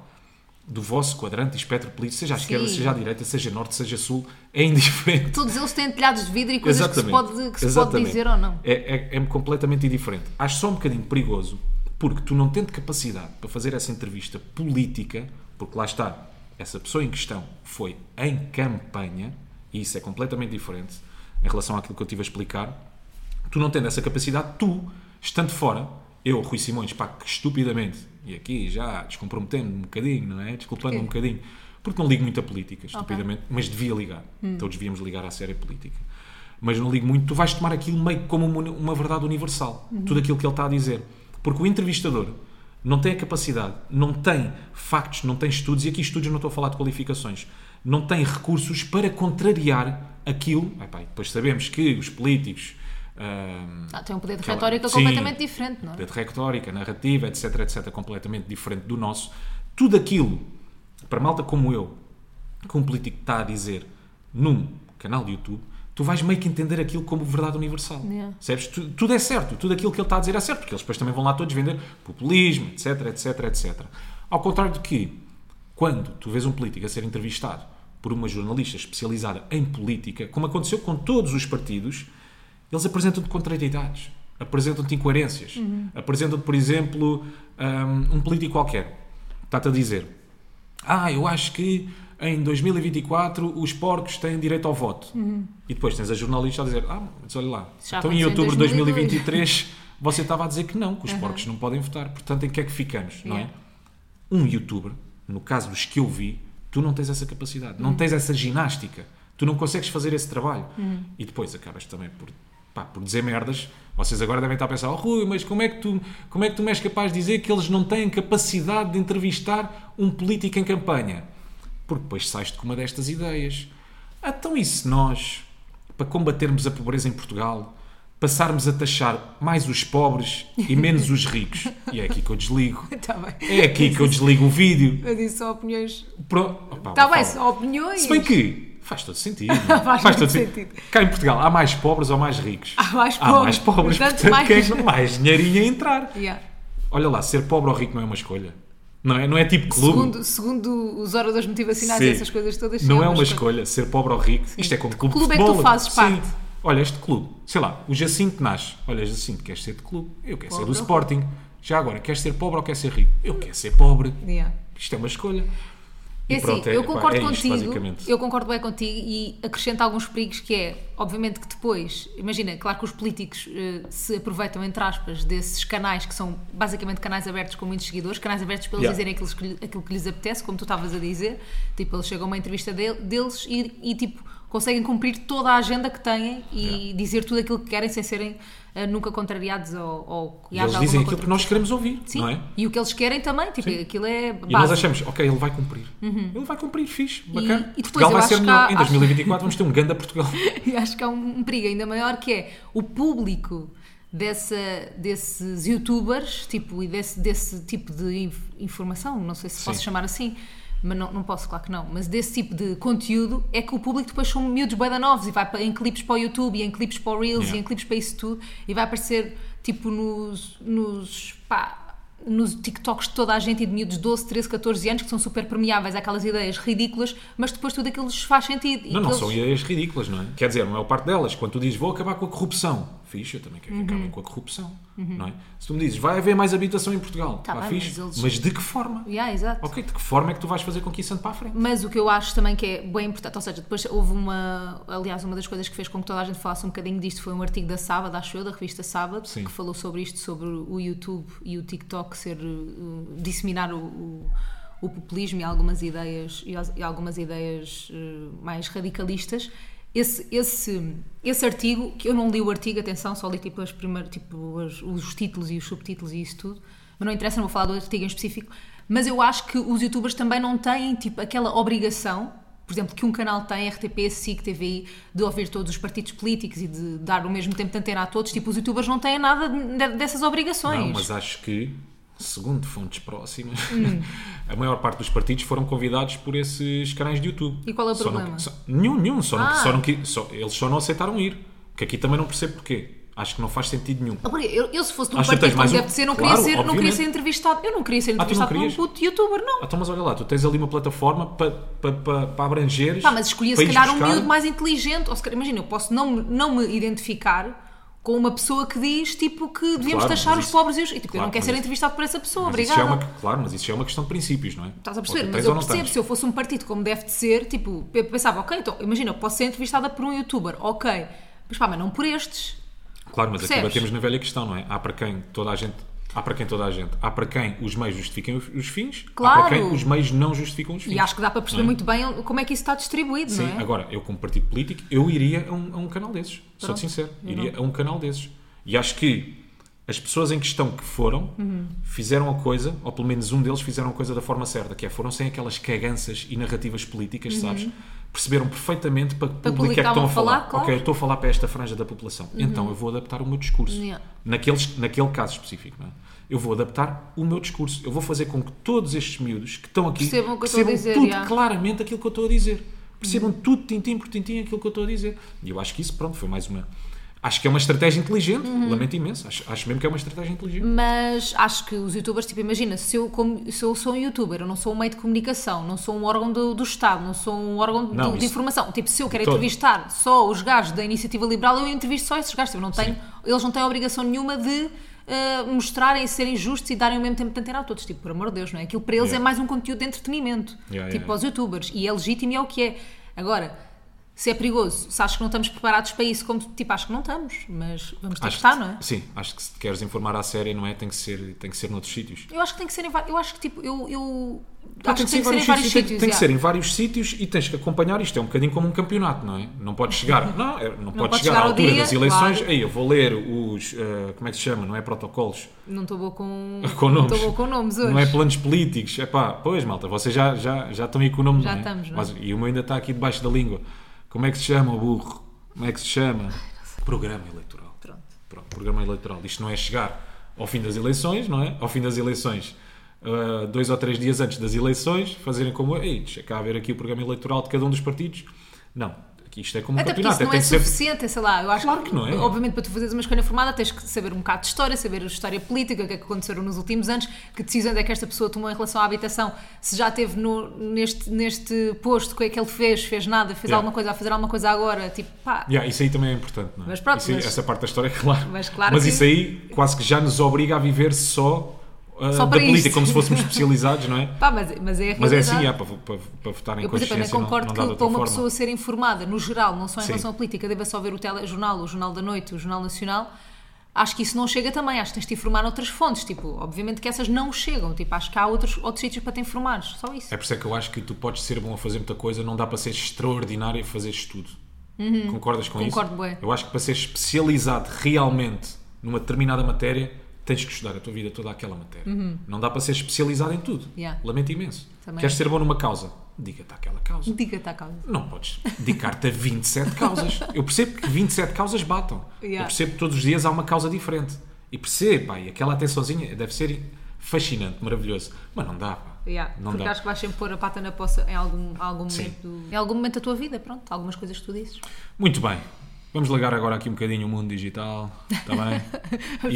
B: do vosso quadrante e espectro político, seja à
A: Sim.
B: esquerda, seja à direita, seja norte, seja sul, é indiferente.
A: Todos eles têm telhados de vidro e coisas que se, pode, que se pode
B: Exatamente.
A: dizer ou não.
B: É, é, é-me completamente indiferente. Acho só um bocadinho perigoso, porque tu não tendo capacidade para fazer essa entrevista política, porque lá está, essa pessoa em questão foi em campanha, e isso é completamente diferente em relação àquilo que eu estive a explicar. Tu não tendo essa capacidade, tu, estando fora, eu, Rui Simões, pá, que estupidamente, e aqui já descomprometendo-me um bocadinho, não é? Desculpando um bocadinho, porque não ligo muito a política, estupidamente, mas devia ligar.
A: Hum.
B: Todos devíamos ligar à série política. Mas não ligo muito, tu vais tomar aquilo meio que como uma, uni- uma verdade universal, tudo aquilo que ele está a dizer. Porque o entrevistador não tem a capacidade, não tem factos, não tem estudos, e aqui estudos eu não estou a falar de qualificações, não tem recursos para contrariar aquilo. Epá, e depois sabemos que os políticos. ah,
A: Ah, tem um poder de
B: Aquela-
A: retórica
B: Sim.
A: completamente diferente, não é?
B: de retórica, narrativa, etc, etc, completamente diferente do nosso. Tudo aquilo, para malta como eu, que um político está a dizer num canal de YouTube, tu vais meio que entender aquilo como verdade universal.
A: Yeah.
B: Percebes? Tu- tudo é certo, tudo aquilo que ele está a dizer é certo, porque eles depois também vão lá todos vender populismo, etc, etc, etc. Ao contrário de que, quando tu vês um político a ser entrevistado por uma jornalista especializada em política, como aconteceu com todos os partidos, eles apresentam-te contrariedades, apresentam-te incoerências, apresentam-te, por exemplo, um, um político qualquer. Está-te a dizer, ah, eu acho que em 2024 os porcos têm direito ao voto. E depois tens a jornalista a dizer, ah, mas olha lá,
A: Já
B: então
A: aconteceu
B: em
A: em
B: outubro de
A: 2022.
B: 2023 você estava a dizer que não, que os porcos não podem votar, portanto em que é que ficamos, não é?
A: Yeah.
B: um youtuber, no caso dos que eu vi, tu não tens essa capacidade, não tens essa ginástica, tu não consegues fazer esse trabalho. E depois acabas também por, pá, por dizer merdas. Vocês agora devem estar a pensar, oh, Rui, mas como é, que tu, como é que tu me és capaz de dizer que eles não têm capacidade de entrevistar um político em campanha? Porque depois sais-te com uma destas ideias. Então e se nós, para combatermos a pobreza em Portugal, passarmos a taxar mais os pobres e menos os ricos? E é aqui que eu desligo.
A: Está Tá bem.
B: É aqui que eu desligo o vídeo.
A: Eu disse só opiniões.
B: Pronto. Opa,
A: Está
B: vou
A: Tá bem,
B: falar.
A: só opiniões.
B: Tá Se bem que faz todo sentido.
A: Faz muito
B: sen-
A: sentido.
B: Cá em Portugal há mais pobres ou mais ricos?
A: Há mais
B: Há mais
A: pobres,
B: pobres,
A: portanto,
B: portanto,
A: mais-
B: quem é mais dinheirinho a entrar.
A: Yeah.
B: Olha lá, ser pobre ou rico não é uma escolha. Não é, não é tipo clube.
A: Segundo, segundo os oradores motivacionais e
B: Sim.
A: essas coisas todas.
B: Não
A: sim,
B: é uma
A: mas-
B: escolha ser pobre ou rico. Isto é como clube
A: clube
B: de
A: é que tu
B: futebol.
A: fazes parte?
B: Sim. Olha, este clube, sei lá, o Jacinto nasce. Olha, Jacinto, queres ser de clube? Eu quero ser do
A: Pobre.
B: Sporting. Já agora, queres ser pobre ou queres ser rico? Eu quero ser pobre.
A: Yeah.
B: Isto é uma escolha.
A: É
B: E
A: assim,
B: pronto, é-
A: eu
B: pá,
A: concordo
B: é isto,
A: contigo,
B: basicamente.
A: eu concordo bem contigo e acrescento alguns perigos que é, obviamente que depois, imagina, claro que os políticos eh, se aproveitam, entre aspas, desses canais que são basicamente canais abertos com muitos seguidores, canais abertos para eles
B: Yeah.
A: dizerem aquilo que, lhe- aquilo que lhes apetece, como tu estavas a dizer, tipo, eles chegam a uma entrevista del- deles e, e, tipo, conseguem cumprir toda a agenda que têm e
B: Yeah.
A: dizer tudo aquilo que querem sem serem eh, nunca contrariados ou, ou que
B: E
A: haja
B: eles
A: alguma
B: dizem aquilo
A: contra-
B: que nós queremos ouvir,
A: Sim,
B: não é?
A: e o que eles querem também, tipo, aquilo é
B: E nós
A: base. Uhum.
B: achamos, ok, ele vai cumprir. Ele vai cumprir, fixe, bacana.
A: e depois
B: Portugal
A: eu
B: vai
A: acho
B: ser
A: que
B: melhor.
A: há-
B: Em 2024 vamos ter um ganda Portugal.
A: E acho que há um, um perigo ainda maior que é o público dessa, desses youtubers tipo, e desse, desse tipo de inf- informação, não sei se posso
B: Sim.
A: chamar assim, mas não, não posso, claro que não, mas desse tipo de conteúdo é que o público depois são miúdos bem novos e vai para- em clipes para o YouTube e em clipes para o Reels
B: Yeah.
A: e em clipes para isso tudo e vai aparecer tipo nos, nos pá, nos TikToks de toda a gente e de miúdos de 12, 13, 14 anos que são super permeáveis àquelas ideias ridículas, mas depois tudo aquilo lhes faz sentido. e
B: Não, não,
A: que
B: são
A: eles-
B: ideias ridículas, não é? Quer dizer, a maior parte delas, quando tu dizes vou acabar com a corrupção, fixe, eu também quero
A: Uhum.
B: que acabem com a corrupção, não é? Se tu me dizes vai haver mais habitação em Portugal,
A: Tá
B: pá,
A: bem,
B: fixe,
A: mas
B: mas,
A: eles-
B: de que forma?
A: Yeah, exato.
B: Ok, de que forma é que tu vais fazer com que isso ande para a frente?
A: Mas o que eu acho também que é bem importante, ou seja, depois houve uma, aliás, uma das coisas que fez com que toda a gente falasse um bocadinho disto foi um artigo da Sábado, acho eu, da revista Sábado,
B: Sim.
A: que falou sobre isto, sobre o YouTube e o TikTok ser uh, disseminar o, o- o populismo e algumas ideias e as- e algumas ideias uh, mais radicalistas. Esse, esse, esse artigo, que eu não li o artigo, atenção, só li tipo, as primeiras, tipo as- os títulos e os subtítulos e isso tudo, mas não interessa, não vou falar do artigo em específico. Mas eu acho que os youtubers também não têm tipo aquela obrigação, por exemplo, que um canal tem, RTP, SIC, TVI, de ouvir todos os partidos políticos e de dar o mesmo tempo de antena a todos. Tipo, os youtubers não têm nada de- dessas obrigações.
B: Não, mas acho que, segundo fontes próximas,
A: Hum.
B: a maior parte dos partidos foram convidados por esses canais de YouTube.
A: E qual é o
B: Só não-
A: problema?
B: só- nenhum, nenhum. Só
A: Ah.
B: não, só não qui- só- eles só não aceitaram ir. Que aqui também não percebo porquê. Acho que não faz sentido nenhum.
A: Ah, porque Eu, eu, se fosse de um
B: Acho que
A: partido
B: tens
A: como
B: mais um-
A: deve de ser, não,
B: Claro,
A: queria ser não queria
B: obviamente. Ah,
A: ser entrevistado. Eu não queria ser
B: não
A: entrevistado por um
B: querias?
A: puto youtuber, não.
B: Ah, Então, mas olha lá, tu tens ali uma plataforma para pa, pa, pa abrangeres.
A: Pá, mas escolhia
B: para
A: se
B: ires
A: calhar um
B: buscar.
A: miúdo mais inteligente. Ou se calhar, imagina, eu posso não, me- não me identificar com uma pessoa que diz tipo que devíamos
B: Claro,
A: taxar
B: mas
A: os
B: isso-
A: pobres e os. E, tipo, eu
B: claro,
A: não quero
B: mas
A: ser
B: isso-
A: entrevistado por essa pessoa,
B: Mas isso
A: obrigada.
B: já é uma, claro, mas isso já é uma questão de princípios, não é?
A: Estás a
B: Ou tu
A: perceber?
B: tens
A: Mas
B: ou
A: eu
B: não
A: percebo,
B: tens.
A: se eu fosse um partido como deve de ser, tipo, eu pensava, ok, então, imagina, eu posso ser entrevistada por um youtuber, ok, mas pá, mas não por estes.
B: Claro, mas aqui
A: Percebes?
B: batemos na velha questão, não é? Há para quem toda a gente. Há para quem toda a gente. Há para quem os meios justifiquem os, os fins. Há
A: Claro.
B: para quem os meios não justificam os fins.
A: E acho que dá para perceber
B: Não é?
A: muito bem como é que isso está distribuído,
B: Sim,
A: não é?
B: agora, eu como partido político, eu iria a um, a um canal desses. Sou
A: Pronto,
B: de sincero.
A: eu
B: Iria a um canal desses. E acho que as pessoas em questão que foram
A: Uhum.
B: fizeram a coisa, ou pelo menos um deles fizeram a coisa da forma certa, que é foram sem aquelas caganças e narrativas políticas, sabes? Perceberam perfeitamente para que público é que
A: Uhum. publicar
B: estão a
A: vão falar,
B: falar.
A: claro. Uhum.
B: Ok, eu estou a falar para esta franja da população. Então eu vou adaptar o meu discurso.
A: Yeah.
B: Naqueles, naquele caso específico, não é? Eu vou adaptar o meu discurso. Eu vou fazer com que todos estes miúdos que estão aqui
A: Percebam o que eu estou a dizer,
B: tudo
A: yeah.
B: claramente aquilo que eu estou a dizer. Percebam
A: Uhum.
B: tudo, tintim por tintim, aquilo que eu estou a dizer. E eu acho que isso, pronto, foi mais uma. Acho que é uma estratégia inteligente, lamento imenso. Acho, acho mesmo que é uma estratégia inteligente.
A: Uhum. Mas acho que os youtubers, tipo, imagina, se eu, como- se eu sou um youtuber, eu não sou um meio de comunicação, não sou um órgão do, do Estado, não sou um órgão de-
B: Não,
A: de,
B: isso-
A: informação. Tipo, se eu quero
B: todo.
A: entrevistar só os gajos da iniciativa liberal, eu entrevisto só esses gajos. Tipo, não tenho, eles não têm obrigação nenhuma de eh, mostrarem, serem justos e darem o mesmo tempo de antena a todos. Tipo, por amor de Deus, não é? Aquilo para eles
B: Yeah.
A: é mais um conteúdo de entretenimento.
B: Yeah,
A: tipo,
B: yeah,
A: aos youtubers. E é legítimo e é o que é. Agora. se é perigoso, se acho que não estamos preparados para isso, como tipo, acho que não estamos, mas vamos ter que
B: Acho
A: estar,
B: que-
A: não é?
B: Sim, acho que se te queres informar à série, não é? Tem que ser, tem que ser noutros sítios.
A: Eu acho que tem que ser em vários. Eu acho que tipo, eu. eu
B: Não,
A: acho que tem que ser em vários
B: tem-
A: sítios.
B: Tem que
A: já.
B: ser em vários sítios e tens que acompanhar isto. É um bocadinho como um campeonato, não é? Não podes chegar, não, é- não, podes
A: podes Uhum.
B: chegar,
A: chegar
B: à
A: ao
B: altura
A: dia,
B: das eleições.
A: claro.
B: Ei, eu vou ler os. eh, como é que se chama? Não é protocolos?
A: Não estou boa com,
B: Com
A: não
B: nomes.
A: estou boa com nomes hoje.
B: Não é planos políticos. É pá, pois malta, vocês já, já, já estão aí com o nome
A: Já
B: não é?
A: estamos, não é?
B: Mas, E o meu ainda está aqui debaixo da língua. Como é que se chama o burro? Como é que se chama? Programa eleitoral.
A: Pronto.
B: Pronto, programa eleitoral. Isto não é chegar ao fim das eleições, não é? Ao fim das eleições, ah, dois ou três dias antes das eleições, fazerem como. Ei, deixa cá ver aqui o programa eleitoral de cada um dos partidos. Não, aqui isto é como um
A: Até porque
B: campeonato.
A: isso não
B: tem
A: é
B: que ser-
A: suficiente, sei lá. Eu acho
B: Claro que não é.
A: Obviamente, para tu fazeres uma escolha formada, tens que saber um bocado de história, saber a história política, o que é que aconteceram nos últimos anos, que decisões é que esta pessoa tomou em relação à habitação, se já teve no- neste, neste posto, o que é que ele fez, fez nada, fez
B: Yeah.
A: alguma coisa, a fazer alguma coisa agora, tipo, pá.
B: Yeah, isso aí também é importante, não é?
A: Mas pronto,
B: Isso aí-
A: mas-
B: essa parte da história, claro.
A: Mas claro que-
B: isso aí quase que já nos obriga a viver só, ah,
A: Só
B: da
A: para
B: política,
A: isto.
B: como se fôssemos especializados, não é?
A: Pá, mas, mas é a
B: Mas é assim,
A: realidade.
B: yeah, para, para, para votar em
A: Eu, por exemplo, ainda
B: consciência não,
A: concordo
B: não dá de
A: que para
B: outra
A: uma
B: forma.
A: pessoa ser informada, no geral, não só em
B: Sim.
A: relação à política, deva só ver o telejornal, o Jornal da Noite, o Jornal Nacional. Acho que isso não chega também. Acho que tens de te informar noutras fontes. Tipo, obviamente que essas não chegam. Tipo, acho que há outros, outros sítios para te informares. Só isso.
B: É por isso é que eu acho que tu podes ser bom a fazer muita coisa, não dá para ser extraordinário e fazeres tudo. Concordas com isso?
A: Uhum. Concordo, bué.
B: Eu acho que para ser especializado realmente numa determinada matéria, tens que estudar a tua vida toda aquela matéria. Não dá para ser especializado em tudo.
A: Uhum. Yeah.
B: Lamento imenso.
A: Também.
B: Queres ser bom numa causa? Diga-te àquela causa.
A: Diga-te à causa.
B: Não podes dedicar-te a 27 causas. Eu percebo que 27 causas batam.
A: Yeah.
B: Eu percebo que todos os dias há uma causa diferente. E percebo, pá, e aquela atençãozinha deve ser fascinante, maravilhoso. Mas não dá, pá.
A: Yeah,
B: não
A: porque
B: dá.
A: acho que vais sempre pôr a pata na poça em algum, algum
B: Sim.
A: momento. do- Em algum momento da tua vida, pronto. Algumas coisas que tu dizes.
B: Muito bem. Vamos largar agora aqui um bocadinho o mundo digital, está bem? e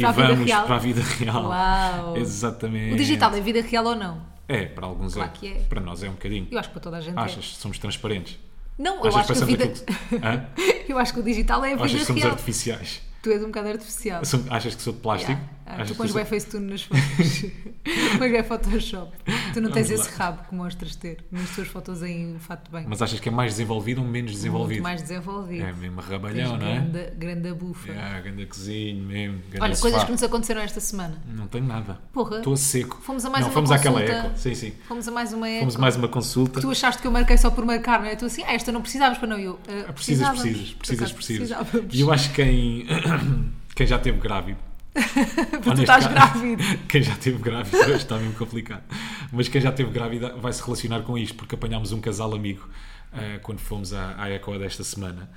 A: Para a vida
B: vamos
A: real.
B: para a vida real.
A: Uau.
B: Exatamente.
A: O digital é vida real ou não?
B: É, para alguns
A: Claro
B: é.
A: que é.
B: Para nós é um bocadinho.
A: Eu acho que para toda a gente é.
B: Achas? Somos transparentes.
A: Não, eu
B: Achas
A: acho que a
B: passamos
A: vida.
B: aquilo que- Hã?
A: eu acho que o digital é a
B: Achas
A: vida
B: que somos
A: real.
B: artificiais?
A: Tu és um bocado artificial.
B: Som- Achas que sou de plástico?
A: Yeah. Ah,
B: Achas
A: tu
B: que
A: pões
B: sou-
A: bem Facetune nas fotos. pões bem Photoshop. Tu não tens
B: Vamos lá.
A: esse rabo que mostras ter nas tuas fotos em fato bem.
B: Mas achas que é mais desenvolvido ou menos
A: Muito
B: desenvolvido?
A: mais desenvolvido.
B: É mesmo
A: Tens
B: rabalhão, não é?
A: grande, grande bufa.
B: Yeah, grande cozinho mesmo. grande
A: Olha,
B: sofá.
A: coisas que nos aconteceram esta semana.
B: Não tenho nada.
A: Porra.
B: Estou a seco.
A: Fomos a mais
B: não,
A: uma
B: fomos àquela
A: consulta.
B: eco. Sim, sim.
A: Fomos a mais uma eco.
B: Fomos a mais uma consulta.
A: Tu achaste que eu marquei só por marcar, não é? Tu assim, ah, esta não precisavas para não eu. Ah,
B: Precisas,
A: precisávamos.
B: precisas,
A: Por
B: precisas,
A: acaso,
B: precisas.
A: precisávamos.
B: E eu acho que quem, quem já teve grávido.
A: Porque
B: ou
A: tu
B: neste
A: estás
B: caso-
A: grávido.
B: Quem já teve grávido, hoje está mesmo complicado. Mas quem já teve grávida vai se relacionar com isto, porque apanhámos um casal amigo eh, quando fomos à, à ECOA desta semana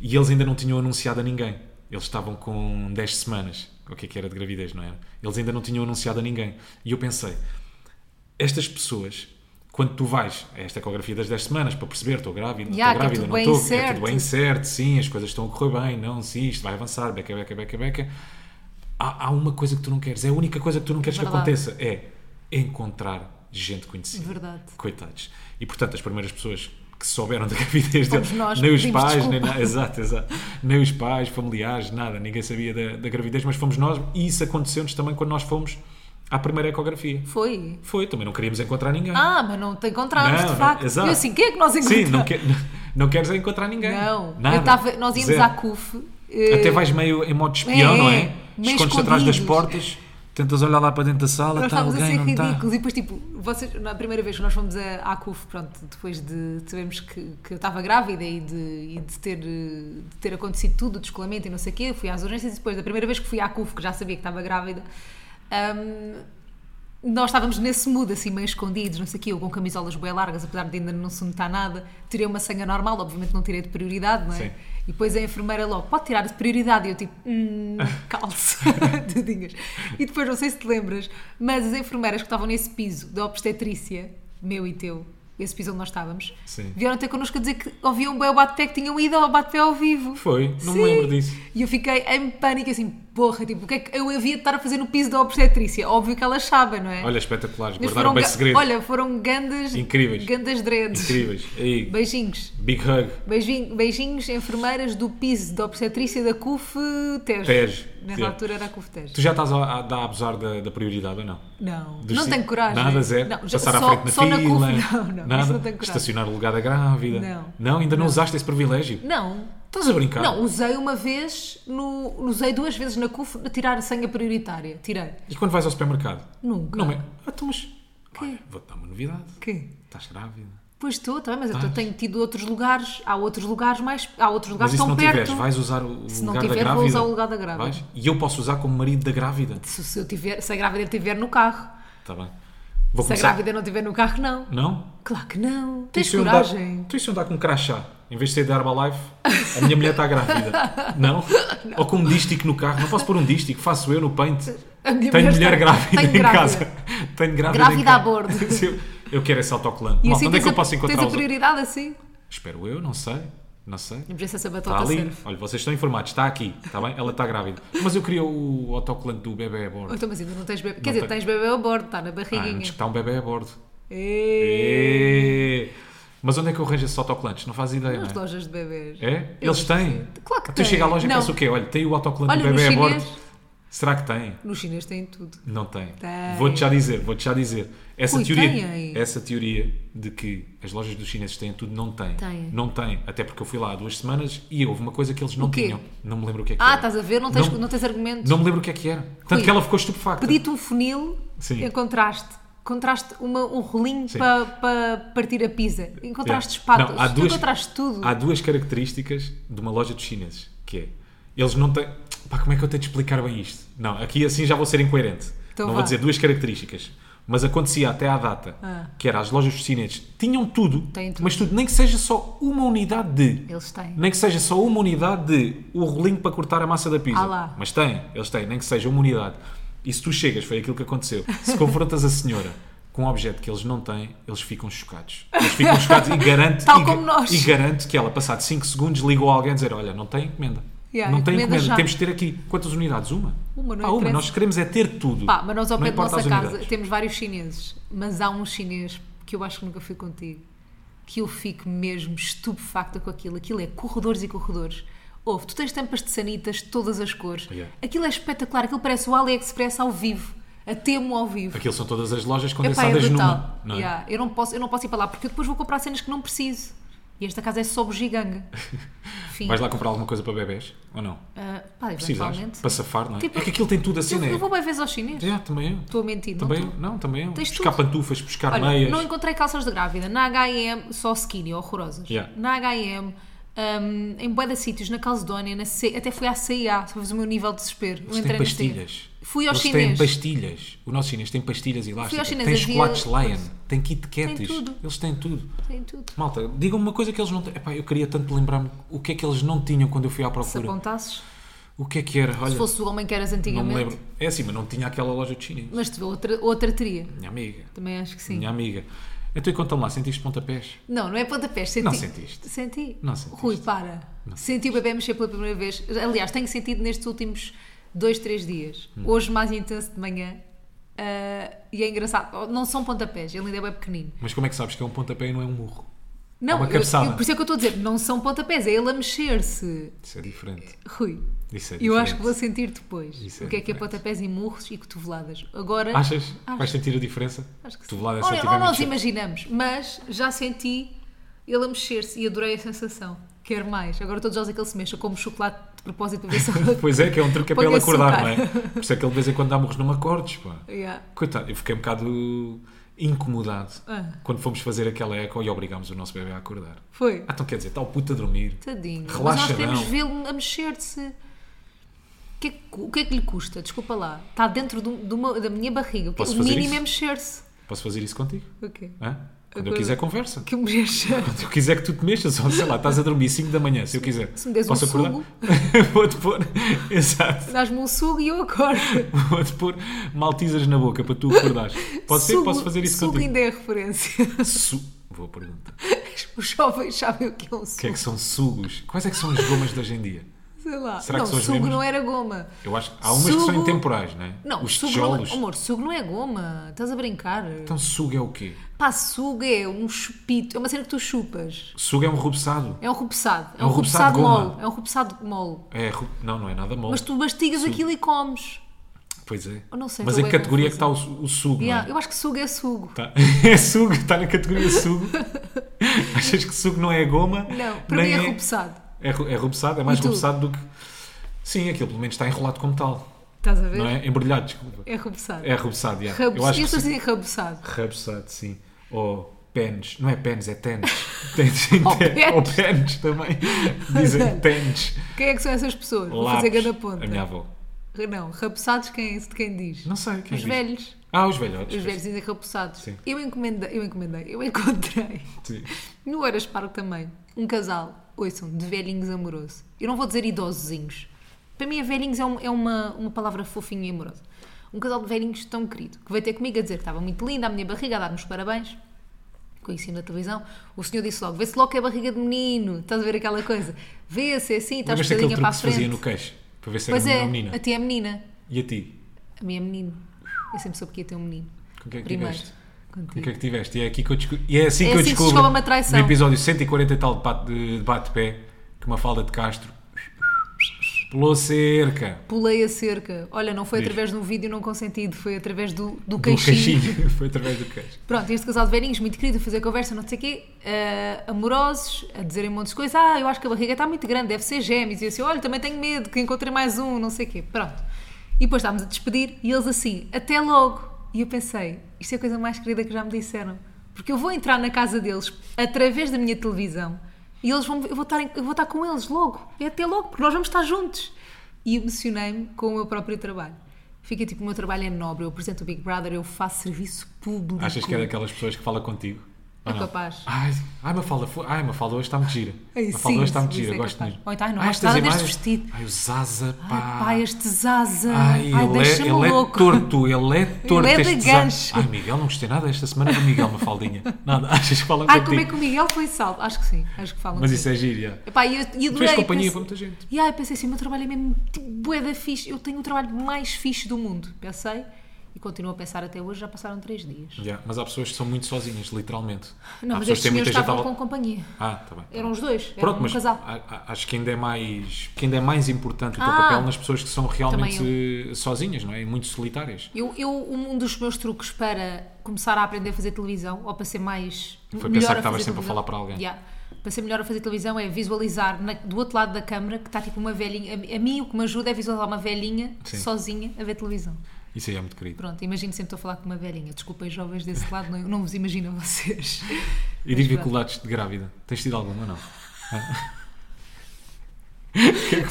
B: e eles ainda não tinham anunciado a ninguém. Eles estavam com 10 semanas, o que é que era de gravidez, não era? Eles ainda não tinham anunciado a ninguém. E eu pensei, estas pessoas, quando tu vais a esta ecografia das 10 semanas para perceber, estou grávida,
A: Ya, que é
B: estou grávida,
A: tudo
B: não
A: bem
B: estou, é
A: certo.
B: tudo bem certo, sim, as coisas estão a correr bem, não, sim, isto vai avançar, beca, beca, beca, beca. Há, há uma coisa que tu não queres, é a única coisa que tu não queres
A: Verdade.
B: que aconteça, é encontrar gente conhecida.
A: Verdade.
B: Coitados. E portanto, as primeiras pessoas que souberam da gravidez dele,
A: Fomos nós,
B: nem os
A: pedimos
B: pais, nem,
A: desculpa.
B: na- exato, exato. nem os pais, familiares, nada, ninguém sabia da, da gravidez, mas fomos nós e isso aconteceu-nos também quando nós fomos à primeira ecografia.
A: Foi.
B: Foi, também não queríamos encontrar ninguém.
A: Ah, mas não te encontramos,
B: Não,
A: de
B: não,
A: facto.
B: exato.
A: Eu assim, quem é que nós
B: Sim,
A: encontramos?
B: não, que, não queres encontrar ninguém.
A: Não,
B: Nada.
A: eu tava, nós íamos
B: Zero.
A: à CUF. eh,
B: Até vais meio em modo espião,
A: É,
B: não
A: meio
B: é? Escondes atrás das
A: escondidos.
B: portas, tentas olhar lá para dentro da sala,
A: nós
B: está
A: estávamos a
B: alguém,
A: ser
B: tá, não está?
A: ridículos. E depois, tipo, vocês, na primeira vez que nós fomos a, à CUF, pronto, depois de sabermos que, que eu estava grávida e, de, e de, ter, eh, de ter acontecido tudo, o descolamento e não sei o quê, eu fui às urgências e depois, da primeira vez que fui à CUF, que já sabia que estava grávida, hum, ahm, nós estávamos nesse mood, assim, meio escondidos, não sei o quê, eu com camisolas bem largas, apesar de ainda não se notar nada. Tirei uma senha normal, obviamente não tirei de prioridade, não é?
B: Sim.
A: E depois a enfermeira logo, pode tirar de prioridade. E eu tipo, hum, calça, tudinhas. E depois, não sei se te lembras, mas as enfermeiras que estavam nesse piso da obstetrícia, meu e teu, esse piso onde nós estávamos,
B: Sim.
A: vieram até connosco a dizer que ouviam bem o bate-pé, que tinham ido ao bate-pé ao vivo.
B: Foi, não me
A: Sim.
B: lembro disso.
A: E eu fiquei em pânico, assim, porra, tipo, o que é que eu havia de estar a fazer no piso da obstetrícia? Óbvio que elas sabem, não é?
B: Olha, espetaculares.
A: Mas
B: Guardaram bem
A: ga-
B: segredo.
A: Olha, foram gandas.
B: Incríveis.
A: Gandas dreads.
B: Incríveis. Aí,
A: Beijinhos.
B: big hug.
A: Beijinho- Beijinhos, enfermeiras do piso da obstetrícia da CUF Tejo.
B: Tejo,
A: Nessa
B: sim.
A: altura era a CUF Tejo.
B: Tu já estás a, a, a abusar da, da prioridade ou não?
A: Não,
B: Dos
A: não
B: ci-
A: tenho coragem.
B: Nada, zero.
A: Não, já-
B: Passar à
A: só-
B: frente na
A: só na
B: fila. é?
A: CUF, não, não,
B: nada.
A: isso não tenho coragem.
B: Estacionar o lugar da grávida.
A: Não.
B: ainda não, usaste esse privilégio.
A: Não,
B: Estás a brincar?
A: Não, usei uma vez, no, usei duas vezes na CUF a tirar a senha prioritária. Tirei.
B: E quando vais ao supermercado?
A: Nunca.
B: Não é? Ah, tu, mas. olha,
A: Quê?
B: Vou-te dar uma novidade.
A: Quê?
B: Estás grávida.
A: Pois estou, também, mas eu
B: Estás.
A: tenho tido outros lugares, há outros lugares mais, há outros lugares
B: Mas e se
A: tão
B: não
A: um perto.
B: tiveres, vais usar o
A: Se não
B: lugar da
A: tiver,
B: grávida?
A: vou usar o lugar da grávida.
B: Vais? E eu posso usar como marido da grávida.
A: Se, se eu tiver, se a grávida estiver no carro.
B: Está bem. Vou
A: Se a
B: começar.
A: grávida não estiver no carro, não.
B: Não?
A: Claro que não. Tens
B: Tu e se eu andar-
A: coragem.
B: Tu e se eu andar um com crachá? Em vez de ser da Herbalife, a minha mulher está grávida. Não? Ou com um dístico no carro? Não posso pôr um dístico, faço eu no paint.
A: A minha
B: Tenho
A: mulher
B: mulher
A: está-
B: grávida
A: tenho
B: em
A: grávida.
B: casa. Tenho grávida em
A: Grávida a
B: casa.
A: bordo.
B: Se eu- Eu quero esse autocolante.
A: E assim
B: Malta, onde é
A: tens
B: que eu
A: a-
B: posso encontrar
A: Tens
B: os
A: a prioridade assim?
B: Espero eu, não sei. Não sei.
A: Não precisa saber a
B: Está
A: batota
B: Tá ali.
A: serve.
B: Olha, vocês estão informados. Está aqui. Está bem? Ela está grávida. Mas eu queria o autocolante do bebê a bordo.
A: Então, mas ainda não tens bebê. Quer dizer,
B: tenho.
A: tens bebê a bordo, está na
B: Ah, antes
A: barriguinha.
B: que está um bebê a bordo.
A: Ei.
B: Ê. Mas onde é que eu arranjo esses autocolantes? Não faz ideia,
A: Nas
B: não é?
A: lojas de bebês.
B: É? Eles têm.
A: Claro que
B: tu
A: têm.
B: chega à loja
A: Não.
B: e pensa o quê? Olha, tem o autocolante
A: Olha,
B: do bebê
A: nos
B: a bordo.
A: chinês-
B: Será que tem?
A: Nos chinês têm tudo.
B: Não tem.
A: Tem.
B: Vou-te já dizer, vou-te já dizer. Essa
A: Ui,
B: teoria,
A: têm.
B: essa teoria de que as lojas dos chineses têm tudo, não tem.
A: Têm.
B: Não tem, até porque eu fui lá há duas semanas e houve uma coisa que eles não
A: quê?
B: tinham. Não me lembro o que é que
A: Ah,
B: era.
A: estás a ver? Não tens, não,
B: Não-
A: tens argumentos.
B: Não me lembro o que é que era. Tanto
A: Rui,
B: que ela ficou estupefacta.
A: Pedi-te um funil,
B: Sim.
A: encontraste. Encontraste uma, um rolinho
B: Sim.
A: para partir a pizza. Encontraste
B: É.
A: espadas.
B: Não, há duas-
A: Encontraste tudo.
B: Há duas características de uma loja dos chineses, que é, eles não têm... Pá, como é que eu tenho de explicar bem isto? Não, aqui assim já vou ser incoerente.
A: Então
B: não
A: vá.
B: vou dizer duas características. Mas acontecia até à data,
A: Ah.
B: que era as lojas dos chineses, tinham tudo,
A: Têm tudo.
B: mas tudo, nem que seja só uma unidade de...
A: Eles têm.
B: Nem que seja só uma unidade de o rolinho para cortar a massa da pizza.
A: Ah lá.
B: Mas tem, eles têm, nem que seja uma unidade. E se tu chegas, foi aquilo que aconteceu, se confrontas a senhora com um objeto que eles não têm, eles ficam chocados. Eles ficam chocados e garanto,
A: Tal
B: e,
A: como nós.
B: e garanto que ela, passado 5 segundos, ligou a alguém a dizer: Olha, não tem encomenda.
A: Yeah,
B: não tem
A: encomenda
B: encomenda,
A: já."
B: temos de ter aqui. Quantas unidades? Uma?
A: Uma, não
B: Pá, uma.
A: interessa.
B: Nós queremos é ter tudo.
A: Pá, mas nós ao
B: Não
A: pé da
B: importa
A: nossa
B: as
A: casa
B: unidades.
A: temos vários chineses, mas há um chinês que eu acho que nunca fui contigo, que eu fico mesmo estupefacta com aquilo. Aquilo é corredores e corredores. Ouve, tu tens tampas de sanitas de todas as cores.
B: Yeah.
A: Aquilo é espetacular, aquilo parece o AliExpress ao vivo, a Temo ao vivo.
B: Aquilo são todas as lojas
A: Epá, é
B: condensadas
A: brutal.
B: numa. Não é?
A: Yeah, eu, não posso, eu não posso ir para lá porque eu depois vou comprar cenas que não preciso. E esta casa é só bugiganga. Enfim.
B: Vais lá comprar alguma coisa para bebés? Ou não?
A: ah, pá,
B: Precisas?
A: eventualmente.
B: Para safar, não é?
A: Tipo,
B: é que aquilo tem tudo assim,
A: Eu,
B: não é?
A: eu vou bem vezes ao chinês.
B: Yeah, também eu.
A: Estou a mentir, não
B: Também
A: estou?
B: eu. Não, também eu.
A: Tens
B: Buscar
A: tudo.
B: pantufas, buscar
A: Olha,
B: meias.
A: não encontrei calças de grávida. Na H&M, só skinny, horrorosas.
B: Yeah.
A: Na H&M, hum, em bué de sítios, na Calcedónia, na C- até fui à CIA, só fazer o meu nível de desespero. Eu
B: Eles têm
A: entrei no C.
B: pastilhas.
A: Fui ao
B: Eles têm
A: chinês.
B: pastilhas. O nosso chinês tem pastilhas elásticas.
A: chinês,
B: tem
A: havia-
B: chocolates Lion. Tem Kit Kats.
A: Tem tudo.
B: Eles têm tudo.
A: Tem tudo.
B: Malta, digam-me uma coisa que eles não têm. Epá, eu queria tanto lembrar-me o que é que eles não tinham quando eu fui à
A: Se
B: procura.
A: apontasses,
B: O que é que era? Olha,
A: se fosse o homem que eras
B: não me
A: antigamente.
B: lembro. É assim, mas não tinha aquela loja de chinês.
A: mas te vê outra, outra teria.
B: Minha amiga.
A: Também acho que sim.
B: Minha amiga. Então, e conta-me lá, sentiste pontapés?
A: Não, não é pontapés. Senti...
B: Não sentiste.
A: Senti.
B: Não sentiste.
A: Rui, para. Senti o bebê mexer pela primeira vez. Aliás, tenho sentido nestes últimos dois, três dias.
B: Hum.
A: Hoje mais intenso de manhã. Ah, e é engraçado. Não são pontapés, ele ainda é bem pequenino.
B: Mas como é que sabes que é um pontapé e não é um murro?
A: Não,
B: uma
A: eu-
B: cabeçada.
A: eu- por isso é que eu estou a dizer, não são pontapés, é ele a mexer-se.
B: Isso é diferente.
A: Rui,
B: Isso é diferente.
A: eu acho que vou sentir depois
B: Isso é
A: o que é que é
B: diferente.
A: pontapés e murros e cotoveladas. Agora,
B: Achas?
A: Acho.
B: Vais sentir a diferença? é
A: Acho que
B: tu
A: sim.
B: lá
A: Ou, ou nós imaginamos, mas já senti ele a mexer-se e adorei a sensação. Quero mais. Agora todos os dias é que ele se mexa, como chocolate de propósito para ver se ele-
B: Pois é, que é um truque é para
A: Põe
B: ele acordar, não é?
A: açúcar.
B: Por isso é que ele de vez em quando dá murros, não me acordes, pá.
A: Yeah.
B: Coitado, eu fiquei um bocado incomodado
A: Ah.
B: quando fomos fazer aquela eco e obrigámos o nosso bebê a acordar.
A: Foi.
B: Ah, então quer dizer, está o puto a dormir.
A: Tadinho.
B: Relaxa,
A: mas nós queremos
B: não.
A: vê-lo a mexer-se. O que, é que, o que é que lhe custa? Desculpa lá. Está dentro do- do meu- da minha barriga. O, que-
B: Posso
A: o
B: fazer
A: mínimo
B: isso?
A: é mexer-se.
B: Posso fazer isso contigo?
A: O quê?
B: Hã? Quando eu
A: Agora-
B: quiser, conversa.
A: Que mexa.
B: Quando eu quiser que tu te mexas, ou sei lá, estás a dormir 5 da manhã, se eu quiser.
A: se me des um
B: Posso acordar?
A: sugo.
B: Vou-te pôr. Exato.
A: Dás-me um sugo e eu acordo.
B: Vou-te pôr maltesas na boca para tu acordares. Pode ser?
A: Sugo-
B: Posso fazer isso
A: sugo
B: contigo?
A: ainda é a referência.
B: Su... Boa pergunta.
A: Os jovens sabem o que é um sugo.
B: O que é que são sugos? Quais é que são as gomas de hoje em dia?
A: Sei lá.
B: Será que
A: não,
B: são os
A: sugo
B: mesmos?
A: não era goma.
B: Eu acho que há umas que
A: Sugo-
B: são intemporais, né?
A: Não,
B: Os
A: sugo não,
B: tijolos.
A: é- amor, sugo não é goma. Estás a brincar.
B: Então sugo é o quê?
A: Pá, sugo é um chupito. É uma cena que tu chupas.
B: Sugo é um rubeçado.
A: É um rupesado. É
B: um
A: um rupesado
B: rupesado de goma.
A: mole. É um rupesado mole.
B: É, ru- não, não é nada mole.
A: Mas tu mastigas aquilo e comes.
B: Pois é.
A: Eu não sei,
B: Mas
A: estou
B: em que
A: bem
B: categoria é que está o, su- o sugo?
A: Yeah,
B: Não é?
A: Eu acho que sugo é sugo.
B: Tá. é sugo, está na categoria sugo. Achas que sugo não é goma?
A: Não, para
B: nem
A: mim é rupesado.
B: É, ru- é rubeçado, é mais
A: E tu?
B: rubeçado do que. Sim, aquilo pelo menos está enrolado como tal.
A: Estás a ver?
B: Não é? Embrulhado, desculpa.
A: É rupesado.
B: É rubeçado, yeah.
A: Rabos-
B: Eu acho que
A: Isso
B: sim.
A: assim é rabuçado.
B: Rabuçado, sim. Ou pens. Não é pens, é tens. tens em
A: Ou
B: ten-
A: pens.
B: Ou pens também. Dizem tens.
A: Quem é que são essas pessoas? Vou
B: Lápis.
A: fazer gana ponta.
B: A minha avó.
A: Não, rabuçados quem é isso de quem diz?
B: Não sei. Quem
A: Os
B: diz?
A: velhos.
B: Ah, os velhotes.
A: Os velhos dizem rabuçados.
B: Sim.
A: Eu encomendei, eu encomendei, eu encontrei
B: Sim.
A: no Eras Parque também um casal, ouçam, de velhinhos amoroso. Eu não vou dizer idosozinhos. Para mim, velhinhos é, um- é uma, uma palavra fofinha e amorosa. Um casal de velhinhos tão querido que veio ter comigo a dizer que estava muito linda a minha barriga, a dar-me os parabéns. Conheci na televisão, o senhor disse logo: vê-se logo que é barriga de menino, estás a ver aquela coisa? Vê-se é assim, estás
B: Lembras-te daquele
A: puxadinha
B: truque
A: para a
B: que se fazia
A: frente.
B: no queixo? Para ver se era
A: Pois
B: menino
A: é,
B: ou menina.
A: a ti é menina.
B: E a ti?
A: A minha é menino. Eu sempre soube que ia ter um menino.
B: Com o que é que
A: Primeiro.
B: tiveste?
A: Contigo.
B: O que é que tiveste? E é, aqui que eu descu- e é assim
A: É assim que
B: que eu
A: se
B: descubro.
A: descobre uma traição.
B: No episódio 140 e tal de bate- de de bate-pé, que uma falda de Castro pulou cerca.
A: Pulei a cerca. Olha, não foi
B: Diz.
A: através de um vídeo não consentido, foi através do, do
B: Do
A: caixinho.
B: caixinho. Foi através do queixo.
A: Pronto, este casal de velhinhos, muito querido, a fazer conversa, não sei o quê, eh, amorosos, a dizerem um monte de coisas. Ah, eu acho que a barriga está muito grande, deve ser gêmeos. E eu assim, olha, também tenho medo que encontrei mais um, não sei o quê. Pronto. E depois estávamos a despedir e eles assim, até logo. E eu pensei, isto é a coisa mais querida que já me disseram. Porque eu vou entrar na casa deles através da minha televisão e eles vão, eu, vou estar, em- eu vou estar com eles logo. É até logo, porque nós vamos estar juntos. E emocionei-me com o meu próprio trabalho. Fica tipo, o meu trabalho é nobre, eu apresento o Big Brother, eu faço serviço público.
B: Achas que é daquelas pessoas que fala contigo?
A: É
B: Ou não?
A: capaz.
B: Ai, ai Mafalda, foi- ai, Mafalda hoje está muito gira.
A: Ai,
B: Mafalda
A: sim,
B: hoje está muito
A: sim,
B: gira,
A: isso é
B: gosto
A: capaz.
B: mesmo.
A: Ou então, ai, não
B: Ai,
A: gosto nada deste vestido.
B: Ai, o Zaza, pá.
A: Ai, pá, este Zaza.
B: Ai,
A: Ai,
B: ele, é,
A: deixa-me
B: ele é
A: louco.
B: torto, ele é torto
A: Ele é de
B: este Zaza.
A: gancho.
B: Ai, Miguel, não gostei nada esta semana do Miguel, Mafaldinha. Nada, achas que fala
A: Ai,
B: contigo.
A: como é que o Miguel foi salvo? Acho que sim, acho que falam
B: tipo. Mas
A: sim.
B: isso é gíria.
A: Epá, e eu, e
B: Tu
A: adorei,
B: és companhia
A: pensei-
B: para muita gente.
A: E aí pensei assim, o meu trabalho é mesmo tipo bué da fixe, eu tenho o trabalho mais fixe do mundo. Pensei e continuo a pensar até hoje, já passaram três dias.
B: Yeah, mas há pessoas que são muito sozinhas, literalmente.
A: Não,
B: há
A: mas
B: pessoas que
A: estes
B: têm
A: meus
B: muita gente
A: estavam
B: à
A: com
B: volta.
A: companhia.
B: Ah, tá bem. tá
A: Eram
B: bem.
A: os dois, eram
B: Pronto,
A: um
B: mas
A: casal.
B: a- a- acho que ainda é mais, que ainda é mais importante o teu
A: Ah,
B: papel nas pessoas que são realmente eh, sozinhas, não é? E muito solitárias.
A: Eu, eu, um dos meus truques para começar a aprender a fazer televisão, ou para ser mais.
B: Foi
A: melhor
B: pensar que
A: a
B: estavas
A: fazer
B: sempre
A: televisão-
B: a falar para alguém.
A: Yeah. Para ser melhor a fazer televisão é visualizar na- do outro lado da câmara que está tipo uma velhinha. A, a mim o que me ajuda é visualizar uma velhinha
B: Sim.
A: sozinha a ver televisão.
B: Isso aí é muito querido.
A: Pronto, imagino sempre estou a falar com uma velhinha. Desculpem, jovens desse lado, não, não vos imagino a vocês. É
B: E dificuldades de grávida? Tens tido alguma, não?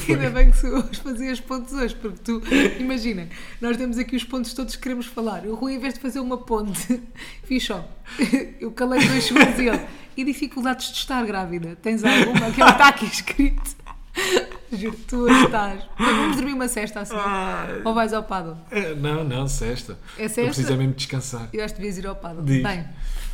A: Ainda bem que sou eu a fazer os pontos hoje, porque tu, imagina, nós temos aqui os pontos todos que queremos falar. O Rui, em vez de fazer uma ponte, fiz só. Eu calei dois segundos e ele. E dificuldades de estar grávida? Tens alguma? Que ele está aqui escrito. Juro, tu hoje estás. Mas Vamos dormir uma cesta assim. Ou vais ao pádel?
B: Eh, Não, não, sexta.
A: É
B: Eu
A: sexta?
B: preciso é mesmo descansar.
A: Eu acho que devias ir ao pádel.
B: Diz.
A: Bem,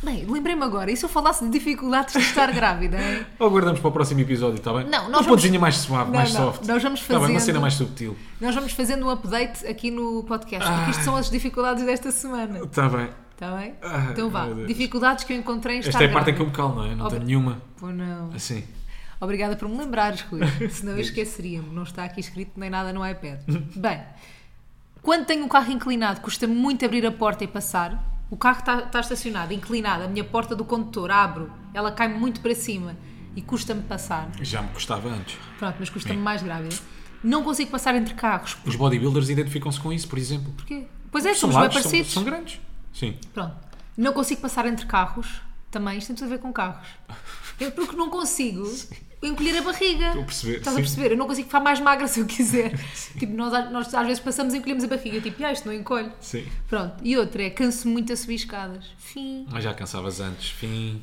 A: bem lembrei-me agora. E se eu falasse de dificuldades de estar grávida, hein?
B: Ou guardamos para o próximo episódio, está bem?
A: Não, nós
B: Uma
A: vamos-
B: pontezinha mais suave,
A: Não,
B: mais
A: não,
B: soft.
A: nós vamos
B: Tá bem, uma
A: fazendo-
B: cena mais subtil.
A: Nós vamos fazendo um update aqui no podcast, porque isto são as dificuldades desta semana.
B: Está Tá bem.
A: Está bem?
B: Ai,
A: então vá.
B: Ah, meu Deus.
A: Dificuldades que eu encontrei em estar
B: Esta é a parte em que eu
A: grávida.
B: me calo, não é? Não
A: Ob-
B: tenho nenhuma.
A: Pô, não.
B: Assim.
A: Obrigada por me lembrares, Rui. Senão eu esqueceria-me. Não está aqui escrito nem nada no iPad. Bem, quando tenho um carro inclinado, custa-me muito abrir a porta e passar. O carro está, está estacionado, inclinado. A minha porta do condutor, abro. Ela cai muito para cima e custa-me passar.
B: Já me custava antes.
A: Pronto, mas custa-me mais grávida. Não consigo passar entre carros.
B: Os bodybuilders identificam-se com isso, por exemplo.
A: Porquê? Pois é,
B: São
A: somos bem
B: largos, são,
A: parecidos.
B: são grandes. Sim.
A: Pronto. Não consigo passar entre carros. Também isto tem tudo a ver com carros. Eu, porque não consigo encolher a barriga.
B: Estou a perceber,
A: Estás a
B: sim.
A: perceber? Eu não consigo ficar mais magra se eu quiser. tipo, nós, a- nós às vezes passamos e encolhemos a barriga. Tipo, ah, isto não encolhe.
B: Sim.
A: Pronto. E outra é, canso muito a subir escadas. Fim.
B: Mas já cansavas antes. Fim.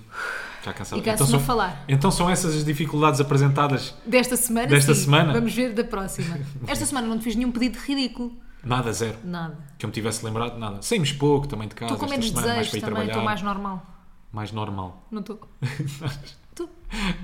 B: Já cansava.
A: E canso-me a falar.
B: então são essas as dificuldades apresentadas.
A: Desta semana,
B: Desta
A: sim.
B: semana?
A: Vamos ver da próxima. Esta semana não te fiz nenhum pedido ridículo.
B: Nada, zero.
A: Nada.
B: Que eu me tivesse lembrado, nada. Saímos pouco também de casa.
A: Estou com
B: Ah, esta
A: menos
B: semana, é mais
A: desejos
B: para ir
A: também.
B: trabalhar.
A: Estou mais normal.
B: mais normal.
A: Não estou. Tu?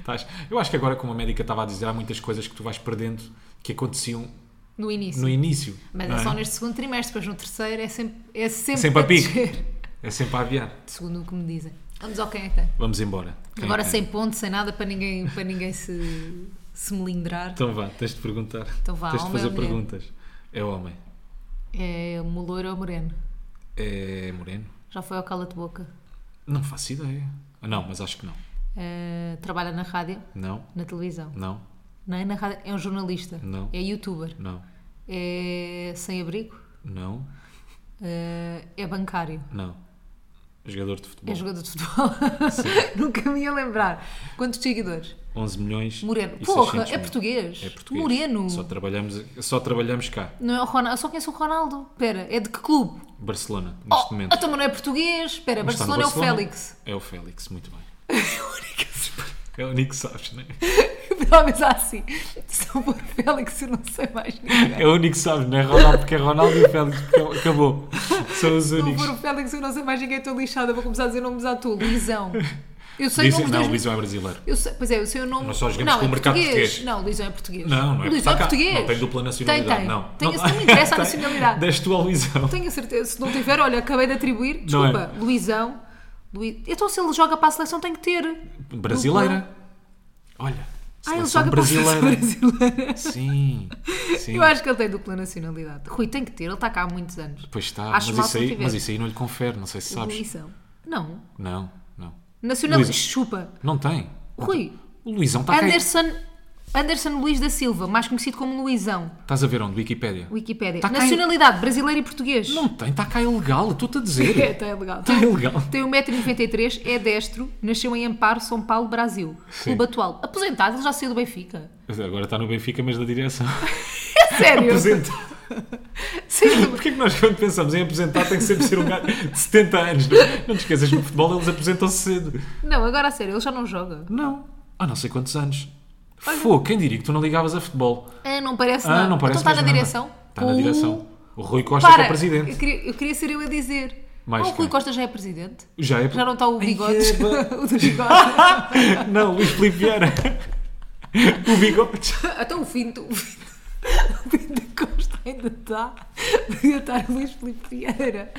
B: Estás- Eu acho que agora, como a médica estava a dizer, há muitas coisas que tu vais perdendo que aconteciam
A: No início.
B: no início.
A: Mas
B: não
A: é só neste segundo trimestre, depois no terceiro é sempre, é sempre,
B: Sempre a pique.
A: descer,
B: É sempre a aviar.
A: segundo o que me dizem. Vamos ao quem é quem.
B: Vamos embora. Quem
A: Agora
B: é quem?
A: sem ponto, sem nada, para ninguém, para ninguém se, se melindrar.
B: Então vá, tens de perguntar.
A: Então vá,
B: tens de
A: homem ou
B: fazer
A: mulher?
B: perguntas. É homem.
A: É uma loira ou moreno?
B: É moreno?
A: Já foi ao cala-de-boca?
B: Não faço ideia. Ah, Não, mas acho que não.
A: Eh, trabalha na rádio?
B: Não,
A: Na televisão?
B: não,
A: Não é na rádio? É um jornalista?
B: Não.
A: É youtuber?
B: não,
A: É sem-abrigo?
B: não,
A: Eh, é bancário?
B: não. Jogador de futebol.
A: É jogador de futebol? Nunca me ia lembrar. Quantos seguidores?
B: 11 milhões.
A: Moreno.
B: e
A: Porra, é
B: 600 mil.
A: português.
B: É português.
A: Moreno.
B: Só trabalhamos, só trabalhamos cá,
A: Não é o Ronaldo. Eu só conheço o Ronaldo. Pera, é de que clube?
B: Barcelona, neste
A: Oh,
B: momento.
A: então não é português. Espera,
B: Mas está no
A: Barcelona, é o Félix.
B: É o Félix, muito bem. É o único que sabes, não é?
A: Pelo menos há assim. Se não for Félix, eu não sei mais ninguém.
B: É o único que sabes, não é? Ronaldo porque é Ronaldo e o Félix porque é- acabou. São os
A: Se não
B: únicos.
A: for o Félix, eu não sei mais ninguém. Estou lixada. Vou começar a dizer nomes à toa. Luizão. Eu sei
B: Dizem,
A: nomes
B: não, o
A: dois...
B: Luizão é brasileiro.
A: Eu sei, pois é, eu sei o nome. é
B: Nós só jogamos com o mercado português.
A: Não, Luizão é português.
B: Não, não
A: Luizão
B: é
A: é
B: porque está cá.
A: português.
B: Não tem dupla nacionalidade,
A: Tem, tem.
B: não.
A: Tem,
B: não,
A: isso não me interessa a
B: Tem.
A: nacionalidade.
B: Deste tu ao Luizão.
A: Tenho a certeza. Se não tiver, olha, acabei de atribuir.
B: Não é.
A: Desculpa, Luizão. Luiz... Então, se ele joga para a seleção, tem que ter.
B: Brasileira. Olha.
A: Ah, ele
B: seleção
A: joga para a seleção brasileira.
B: Sim. Sim.
A: Eu acho que ele tem dupla nacionalidade. Rui, tem que ter. Ele está cá há muitos anos.
B: Pois está, mas
A: Acho mal
B: isso,
A: se não
B: aí,
A: tiver.
B: mas isso aí não lhe confere, não sei se sabes.
A: Luizão. Não.
B: Não, não.
A: Nacionalidade.
B: Luiz-
A: Chupa.
B: Não tem.
A: Rui. é
B: O Luizão está Tá cá.
A: Anderson... Anderson Luiz da Silva, mais conhecido como Luizão.
B: Estás a ver onde? Wikipédia.
A: Wikipédia.
B: Tá cá em-
A: nacionalidade brasileiro e português.
B: Não tem, está cá ilegal, estou-te a dizer.
A: É, tá ilegal.
B: Tá ilegal.
A: Tem 1,93m, é destro, nasceu em Amparo, São Paulo, Brasil.
B: Sim.
A: Clube atual. Aposentado, ele já saiu do Benfica.
B: Agora está no Benfica, mas da direção.
A: É sério?
B: Aposentado.
A: Saiu do-
B: Porquê é que nós, quando pensamos em aposentar, tem que sempre ser um gajo de 70 anos? Não, não te esqueças que no futebol eles aposentam-se cedo.
A: Não, agora a sério, ele já não joga.
B: Não. Há não sei quantos anos. Fô, quem diria que tu não ligavas a futebol?
A: Ah, não parece
B: Ah,
A: nada.
B: não parece
A: então está na
B: mesmo nada.
A: direção?
B: Está na
A: Pô,
B: direção. O Rui Costa que
A: Para,
B: é presidente.
A: Eu queria, eu queria ser eu a dizer.
B: Mais
A: Ah, o Rui
B: quem?
A: Costa já é presidente?
B: Já é...
A: Já não está o
B: Ai,
A: bigodes?
B: eba.
A: o do bigode.
B: Não, Luís Filipe Vieira. o bigode.
A: Até Então o fim do... O fim da Costa ainda está. Devia estar o Luís Filipe Vieira.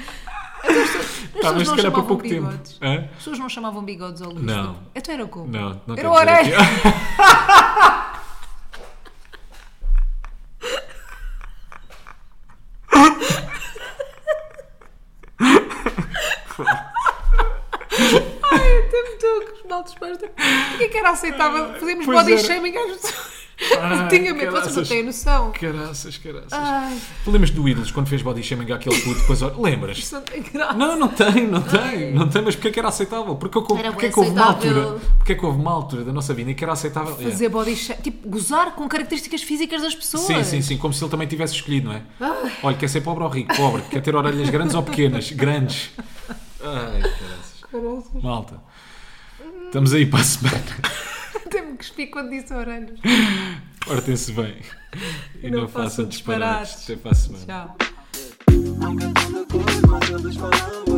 A: Então As pessoas- as
B: Tá,
A: pessoas
B: mas
A: não
B: se calhar para
A: chamavam
B: pouco
A: bigodes.
B: tempo. Hã?
A: As pessoas não chamavam bigodes ao Luís
B: Não.
A: Filipe. Então era como?
B: Não,
A: Era
B: não temos
A: o
B: de dizer aqui.
A: Eu até me estou com os maltes para Porquê que era aceitável? Fazemos
B: Ah, Pois
A: body
B: era. Ah,
A: shaming às pessoas.
B: Ai,
A: Tinha medo, vocês não
B: caraças.
A: têm noção.
B: Caraças, caraças.
A: Ai,
B: Tu lembras do Ídolos quando fez body shaming àquele puto? Depois, lembras?
A: isso não tem graça.
B: Não, não tem, não tem, não tem, mas porque é que era aceitável? Porque, eu,
A: Era
B: porque
A: bué
B: é que houve uma
A: aceitável.
B: altura, porque é que houve uma altura da nossa vida em que era aceitável? Yeah.
A: Fazer body shaming. Tipo, gozar com características físicas das pessoas.
B: Sim, sim, sim, como se ele também tivesse escolhido, não é? Olha, quer ser pobre ou rico? Pobre, quer ter orelhas grandes ou pequenas? Grandes. Ai, caraças.
A: Caraca,
B: Malta. Estamos aí para a semana.
A: Até me cuspi quando disse orelhas.
B: Portem-se bem. E
A: Não
B: não,
A: façam
B: façam disparates.
A: disparates.
B: Até para a semana.
A: Tchau.
C: Nunca tão de cor, mas eles falavam.